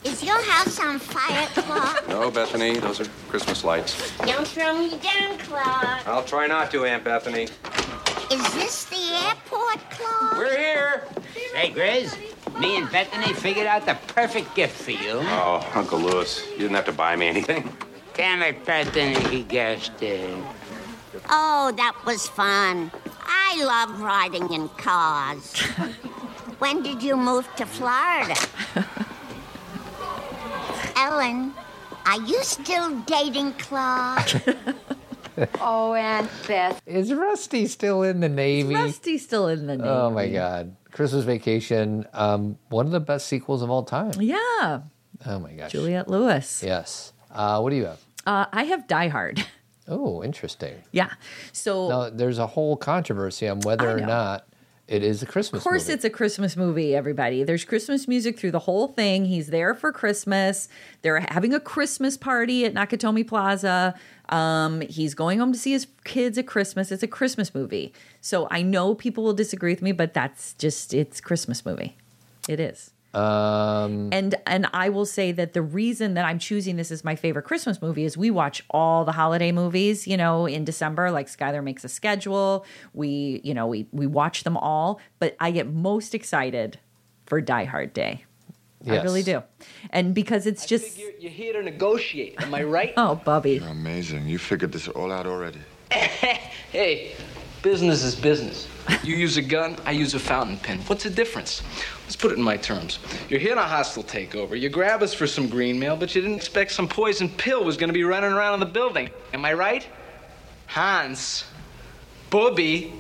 Speaker 4: Is your house on fire, Claw?
Speaker 14: No, Bethany, those are Christmas lights.
Speaker 4: Don't throw me down, Claw.
Speaker 14: I'll try not to, Aunt Bethany.
Speaker 4: Is this the airport, Claw?
Speaker 15: We're here. Hey, Grizz. Me and Bethany figured out the perfect gift for you.
Speaker 14: Oh, Uncle Lewis, you didn't have to buy me anything.
Speaker 15: Damn it, Bethany, he guessed it.
Speaker 13: Oh, that was fun. I love riding in
Speaker 1: [LAUGHS]
Speaker 13: cars. when did you move to Florida? Ellen, are you still dating Claude?
Speaker 1: [LAUGHS] oh, and Beth. Is Rusty still in the Navy?
Speaker 2: Rusty's still in the Navy.
Speaker 1: Oh my God. Christmas Vacation, um, one of the best sequels of all time.
Speaker 2: Yeah.
Speaker 1: Oh my gosh.
Speaker 2: Juliette Lewis.
Speaker 1: Yes. Uh, what do you have?
Speaker 2: Uh, I have Die Hard. [LAUGHS]
Speaker 1: Oh, interesting.
Speaker 2: Yeah. So
Speaker 1: Now, there's a whole controversy on whether
Speaker 2: I
Speaker 1: or
Speaker 2: know.
Speaker 1: not it is a Christmas
Speaker 2: Of course,
Speaker 1: movie.
Speaker 2: it's a Christmas movie, everybody. There's Christmas music through the whole thing. He's there for Christmas. They're having a Christmas party at Nakatomi Plaza. Um, he's going home to see his kids at Christmas. It's a Christmas movie. So I know people will disagree with me, but that's just, it's Christmas movie. It is.
Speaker 1: Um,
Speaker 2: And and I will say that the reason that I'm choosing this as my favorite Christmas movie is we watch all the holiday movies, you know, in December. Like Skylar makes a schedule. We, you know, we we watch them all, but I get most excited for Die Hard Day. I
Speaker 16: Yes.
Speaker 2: really do. And because it's just
Speaker 16: You're here to negotiate, am I right?
Speaker 2: Oh, Bubby.
Speaker 16: You're
Speaker 24: amazing. You figured this all out already.
Speaker 16: [LAUGHS] Hey, business is business. You use a gun, I use a fountain pen. What's the difference? Let's put it in my terms. You're here on a hostile takeover. You grab us for some green mail, but you didn't expect some poison pill was gonna be running around in the building. Am I right? Hans, Booby,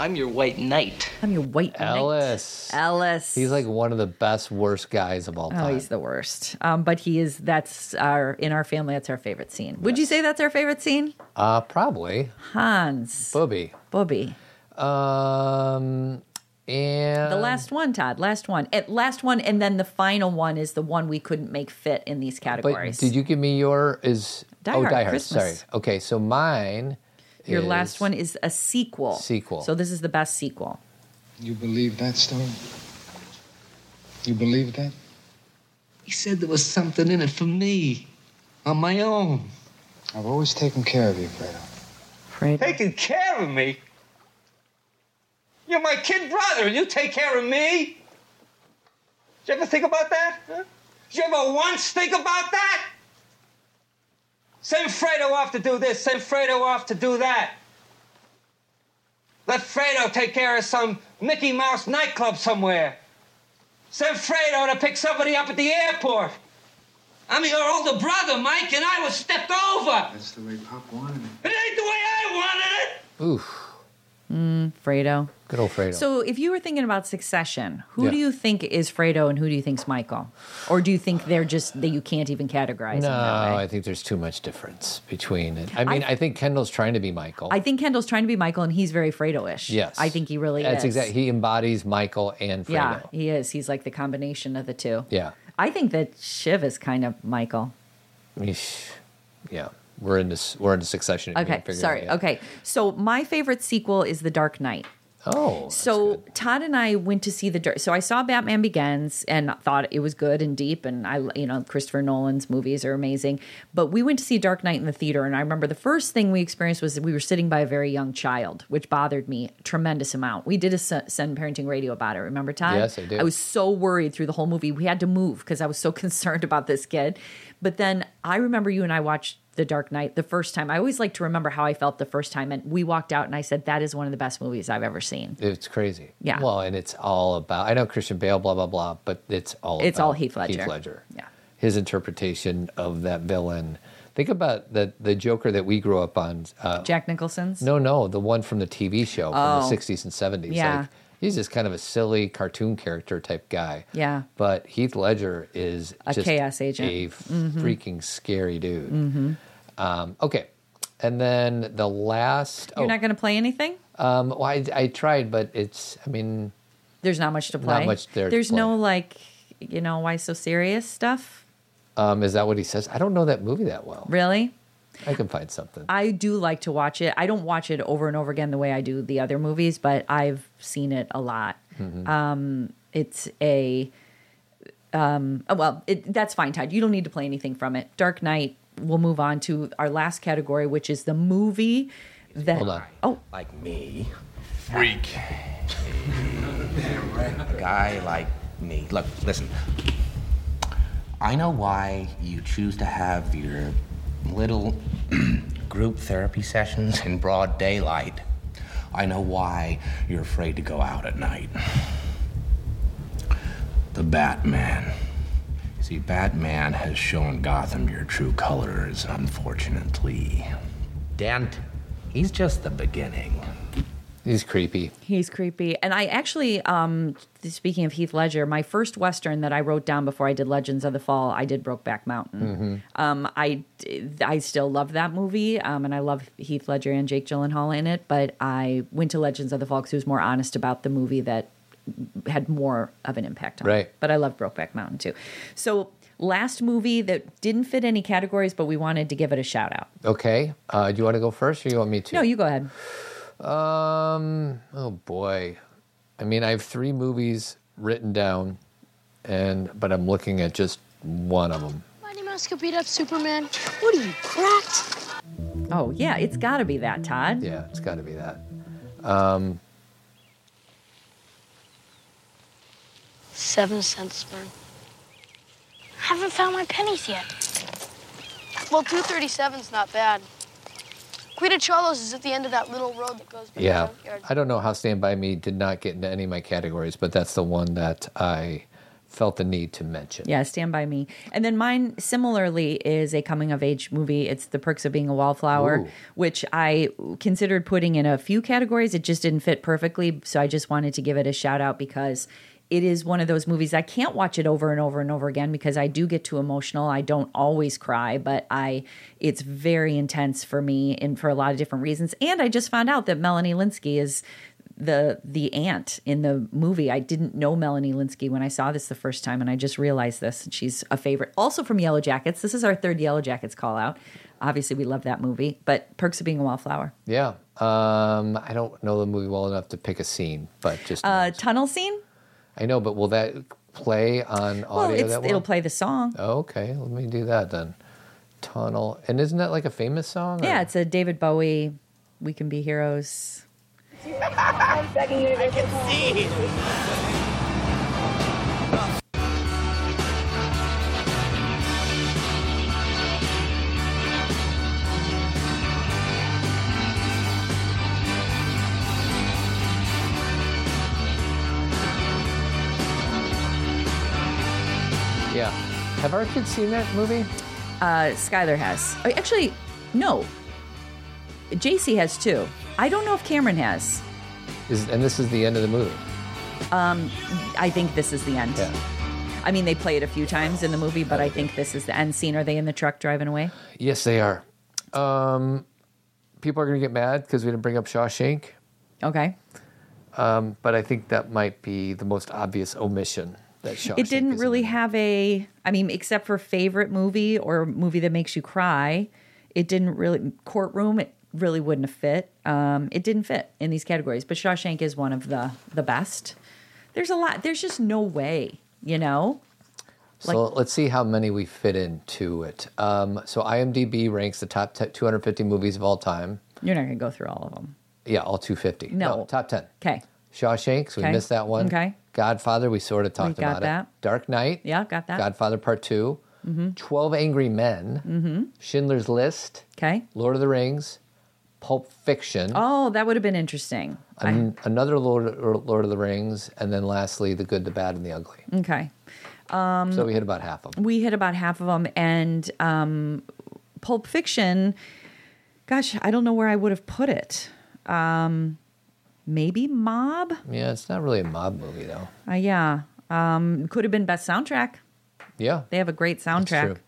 Speaker 16: I'm your white knight.
Speaker 2: I'm your white
Speaker 1: Ellis.
Speaker 2: Ellis.
Speaker 1: He's like one of the best, worst guys of all time.
Speaker 2: Oh, he's the worst. Um, but he is that's our in our family, that's our favorite scene. Would you say that's our favorite scene?
Speaker 1: Uh, probably.
Speaker 2: Hans.
Speaker 1: Booby.
Speaker 2: Booby.
Speaker 1: Um, and
Speaker 2: The
Speaker 1: Um,
Speaker 2: last one, Todd. Last one. At last one, and then the final one is the one we couldn't make fit in these
Speaker 1: But
Speaker 2: categories.
Speaker 1: did you give me your is
Speaker 2: Die
Speaker 1: oh
Speaker 2: Hard
Speaker 1: Die Hard?
Speaker 2: Christmas.
Speaker 1: Sorry. Okay, so mine.
Speaker 2: Your
Speaker 1: is-
Speaker 2: last one is a sequel.
Speaker 1: Sequel.
Speaker 2: So this is the best sequel.
Speaker 17: You believe that story? You believe that?
Speaker 16: He said there was something in it for me, on my own.
Speaker 17: I've always taken care of you, Fredo.
Speaker 16: Taking care of me?
Speaker 17: You're my kid brother, and you take care of me? Did you ever think about that? Huh? Did you ever once think about that? Send Fredo off to do this, send Fredo off to do that. Let Fredo take care of some Mickey Mouse nightclub somewhere. Send Fredo to pick somebody up at the airport. I'm your older brother, Mike, and I was stepped over. That's the way Pop wanted it. It ain't the way I wanted it!
Speaker 1: Oof.
Speaker 2: Mm, Fredo.
Speaker 1: Good old Fredo.
Speaker 2: So if you were thinking about Succession, who
Speaker 1: Yeah.
Speaker 2: do you think is Fredo and who do you think's Michael? Or do you think they're just that you can't even categorize
Speaker 1: no,
Speaker 2: them that way?
Speaker 1: I think there's too much difference between it. I mean, I, think Kendall's trying to be Michael.
Speaker 2: I think Kendall's trying to be Michael and he's very Fredo-ish.
Speaker 1: yes,
Speaker 2: I think he really
Speaker 1: That's
Speaker 2: is.
Speaker 1: exactly. He embodies Michael and Fredo.
Speaker 2: Yeah, he is. He's like the combination of the two.
Speaker 1: Yeah.
Speaker 2: I think that Shiv is kind of Michael.
Speaker 1: Eesh. Yeah. We're in this. We're in succession. and we
Speaker 2: Okay,
Speaker 1: haven't figured
Speaker 2: sorry.
Speaker 1: it out yet.
Speaker 2: Okay, so my favorite sequel is The Dark Knight.
Speaker 1: Oh,
Speaker 2: so Todd and I went to see the Dark. So I saw Batman Begins and thought it was good and deep, and I, you know, Christopher Nolan's movies are amazing. But we went to see Dark Knight in the theater, and I remember the first thing we experienced was that we were sitting by a very young child, which bothered me a tremendous amount. We did a se- send parenting radio about it. Remember, Todd?
Speaker 1: Yes, I do.
Speaker 2: I was so worried through the whole movie. We had to move because I was so [LAUGHS] concerned about this kid. But then I remember you and I watched The Dark Knight the first time. I always like to remember how I felt the first time. And we walked out and I said, that is one of the best movies I've ever seen.
Speaker 1: It's crazy.
Speaker 2: Yeah.
Speaker 1: Well, and it's all about. I know Christian Bale, blah blah blah, but it's all
Speaker 2: It's
Speaker 1: about
Speaker 2: all Heath Ledger.
Speaker 1: Yeah. His interpretation of that villain. Think about the the Joker that we grew up on. Uh,
Speaker 2: Jack Nicholson's?
Speaker 1: No, no, the one from the TV show from
Speaker 2: Oh.
Speaker 1: the '60s and '70s.
Speaker 2: Yeah.
Speaker 1: Like, he's just kind of a silly cartoon character type guy.
Speaker 2: Yeah.
Speaker 1: But Heath Ledger is
Speaker 2: A
Speaker 1: just
Speaker 2: chaos agent.
Speaker 1: a
Speaker 2: Mhm.
Speaker 1: freaking scary dude.
Speaker 2: Mhm.
Speaker 1: Um, okay. And then the last. oh,
Speaker 2: You're not going to play anything?
Speaker 1: Um, well, I, I tried, but it's. I mean,
Speaker 2: There's not much to
Speaker 1: Not
Speaker 2: play.
Speaker 1: much there to
Speaker 2: There's
Speaker 1: play.
Speaker 2: no like, you know, why so serious stuff.
Speaker 1: um, is that what he says? I don't know that movie that well.
Speaker 2: Really?
Speaker 1: I can find something.
Speaker 2: I do like to watch it. I don't watch it over and over again the way I do the other movies, but I've seen it a lot.
Speaker 1: Mhm.
Speaker 2: Um, it's a um, oh, well, it, that's fine, Todd. You don't need to play anything from it. Dark Knight. We'll move on to our last category, which is the movie that.
Speaker 15: Hold on.
Speaker 2: Oh,
Speaker 15: Like me. Freak. Guy like me. Look, listen. I know why you choose to have your little [CLEARS THROAT] group therapy sessions in broad daylight. I know why you're afraid to go out at night. The Batman. See, Batman has shown Gotham your true colors, unfortunately. Dent, he's just the beginning.
Speaker 1: He's creepy.
Speaker 2: He's creepy. And I actually, um, speaking of Heath Ledger, my first Western that I wrote down before I did Legends of the Fall, I did Brokeback Mountain.
Speaker 1: Mhm.
Speaker 2: Um, I, I still love that movie, um, and I love Heath Ledger and Jake Gyllenhaal in it, but I went to Legends of the Fall because it was more honest about the movie that had more of an impact on me.
Speaker 1: Right.
Speaker 2: But I love Brokeback Mountain too. So, last movie that didn't fit any categories, but we wanted to give it a shout out.
Speaker 1: Okay. Uh, do you want to go first or you want me to?
Speaker 2: No, you go ahead.
Speaker 1: Um. Oh boy. I mean, I have three movies written down, and but I'm looking at just one of them.
Speaker 18: Mighty Mouse could beat up Superman. What are you, cracked?
Speaker 2: Oh, yeah, it's got to be that, Todd.
Speaker 1: Yeah, it's got to be that. Um.
Speaker 18: Seven cents, burn. I haven't found my pennies yet. Well, 237's not bad. Cholo's is at the end of that little road that goes by
Speaker 1: Yeah.
Speaker 18: the junkyard.
Speaker 1: I don't know how Stand by Me did not get into any of my categories, but that's the one that I felt the need to mention.
Speaker 2: Yeah, Stand By Me. And then mine similarly is a coming of age movie. It's The Perks of Being a Wallflower,
Speaker 1: Ooh.
Speaker 2: which I considered putting in a few categories. It just didn't fit perfectly. So I just wanted to give it a shout out because it is one of those movies I can't watch it over and over and over again because I do get too emotional. I don't always cry, but I it's very intense for me and for a lot of different reasons. And I just found out that Melanie Linsky is the the aunt in the movie. I didn't know Melanie Linsky when I saw this the first time, and I just realized this. And she's a favorite, also from Yellow Jackets. This is our third Yellow Jackets call out. Obviously, we love that movie, but Perks of Being a Wallflower.
Speaker 1: Yeah. Um. I don't know the movie well enough to pick a scene, but just
Speaker 2: Uh, tunnel scene.
Speaker 1: I know. But will that play on
Speaker 2: Well,
Speaker 1: audio?
Speaker 2: it's,
Speaker 1: that Oh. well?
Speaker 2: it'll play the song.
Speaker 1: Okay, let me do that then. Tunnel. And isn't that like a famous song? or-
Speaker 2: Yeah, it's a David Bowie. We can be heroes.
Speaker 18: I'm begging you to I can see.
Speaker 1: Yeah. Have our kids seen that movie?
Speaker 2: Uh, Skylar has. Oh, Actually, no. JC has too. I don't know if Cameron has.
Speaker 1: Is, and this is the end of the movie.
Speaker 2: Um, I think this is the end.
Speaker 1: Yeah.
Speaker 2: I mean, they play it a few times in the movie, but I think this is the end scene. Are they in the truck driving away?
Speaker 1: Yes, they are. Um, people are going to get mad because we didn't bring up Shawshank.
Speaker 2: Okay.
Speaker 1: Um, but I think that might be the most obvious omission that Shawshank.
Speaker 2: it didn't really have a. I mean, except for favorite movie or movie that makes you cry, it didn't really courtroom. It really wouldn't have fit. Um, it didn't fit in these categories. But Shawshank is one of the the best. There's a lot. There's just no way. You know.
Speaker 1: so let's see how many we fit into it. Um, so IMDb ranks the top te- 250 movies of all time.
Speaker 2: You're not going to go through all of them.
Speaker 1: Yeah, all 250.
Speaker 2: No.
Speaker 1: top 10.
Speaker 2: Okay.
Speaker 1: Shawshank, so we
Speaker 2: Okay.
Speaker 1: missed that one.
Speaker 2: Okay.
Speaker 1: Godfather, we sort of talked
Speaker 2: got
Speaker 1: about
Speaker 2: that.
Speaker 1: it. Dark Knight.
Speaker 2: Yeah, got that.
Speaker 1: Godfather Part 2
Speaker 2: Mhm.
Speaker 1: Twelve Angry Men.
Speaker 2: Mm-hmm.
Speaker 1: Schindler's List.
Speaker 2: Okay.
Speaker 1: Lord of the Rings. Pulp Fiction.
Speaker 2: Oh, that would have been interesting.
Speaker 1: an- another Lord or Lord of the Rings, and then lastly, The Good, the Bad, and the Ugly.
Speaker 2: Okay. Um,
Speaker 1: so we hit about half of them.
Speaker 2: we hit about half of them and um pulp fiction gosh i don't know where i would have put it um maybe mob
Speaker 1: Yeah, it's not really a mob movie though.
Speaker 2: uh, yeah um could have been best soundtrack
Speaker 1: Yeah,
Speaker 2: they have a great soundtrack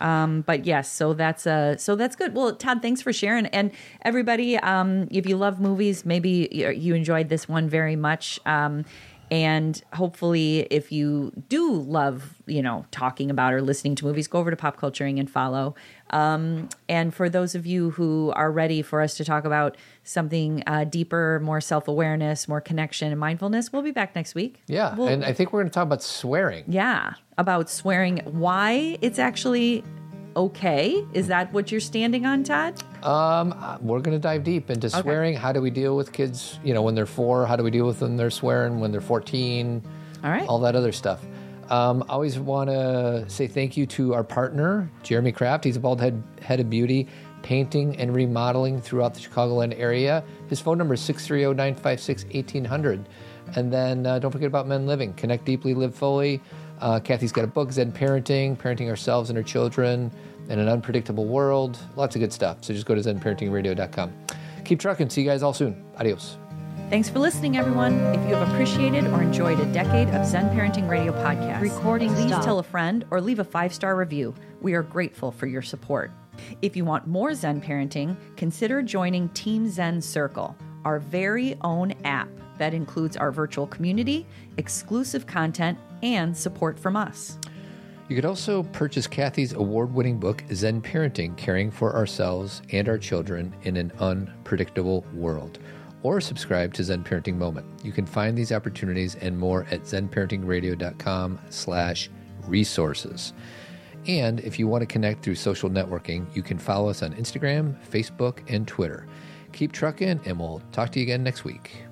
Speaker 2: um but yes so that's uh so that's good well todd thanks for sharing and everybody um if you love movies maybe you you enjoyed this one very much um and hopefully if you do love you know talking about or listening to movies go over to pop culturing and follow um and for those of you who are ready for us to talk about something uh, deeper more self-awareness more connection and mindfulness we'll be back next week
Speaker 1: yeah,
Speaker 2: We'll-
Speaker 1: and I think we're going to talk about swearing.
Speaker 2: yeah, about swearing, why it's actually okay. Is that what you're standing on, Todd?
Speaker 1: Um, uh, we're going to dive deep into
Speaker 2: Okay.
Speaker 1: swearing. How do we deal with kids? You know, when they're four, how do we deal with them? They're swearing when they're fourteen.
Speaker 2: All right,
Speaker 1: all that other stuff. Um, I always want to say thank you to our partner, Jeremy Kraft. He's a bald head, head of beauty, painting and remodeling throughout the Chicagoland area. His phone number is oh, 630 956 1800. And then uh, don't forget about Men Living. Connect deeply, live fully. Uh, Kathy's got a book, Zen Parenting, Parenting Ourselves and Our Children in an Unpredictable World. Lots of good stuff. So just go to zenparentingradio.com. Keep trucking. See you guys all soon. Adios.
Speaker 2: Thanks for listening, everyone. If you have appreciated or enjoyed a decade of Zen Parenting Radio podcast,
Speaker 19: Recording
Speaker 2: please
Speaker 19: stop.
Speaker 2: tell a friend or leave a five star review. We are grateful for your support. If you want more Zen parenting, consider joining Team Zen Circle, our very own app that includes our virtual community, exclusive content, and support from us.
Speaker 1: You could also purchase Kathy's award winning book, Zen Parenting Caring for Ourselves and Our Children in an Unpredictable World, or subscribe to Zen Parenting Moment. You can find these opportunities and more at zenparentingradio.com slash resources. And if you want to connect through social networking, you can follow us on Instagram, Facebook, and Twitter. Keep trucking, and we'll talk to you again next week.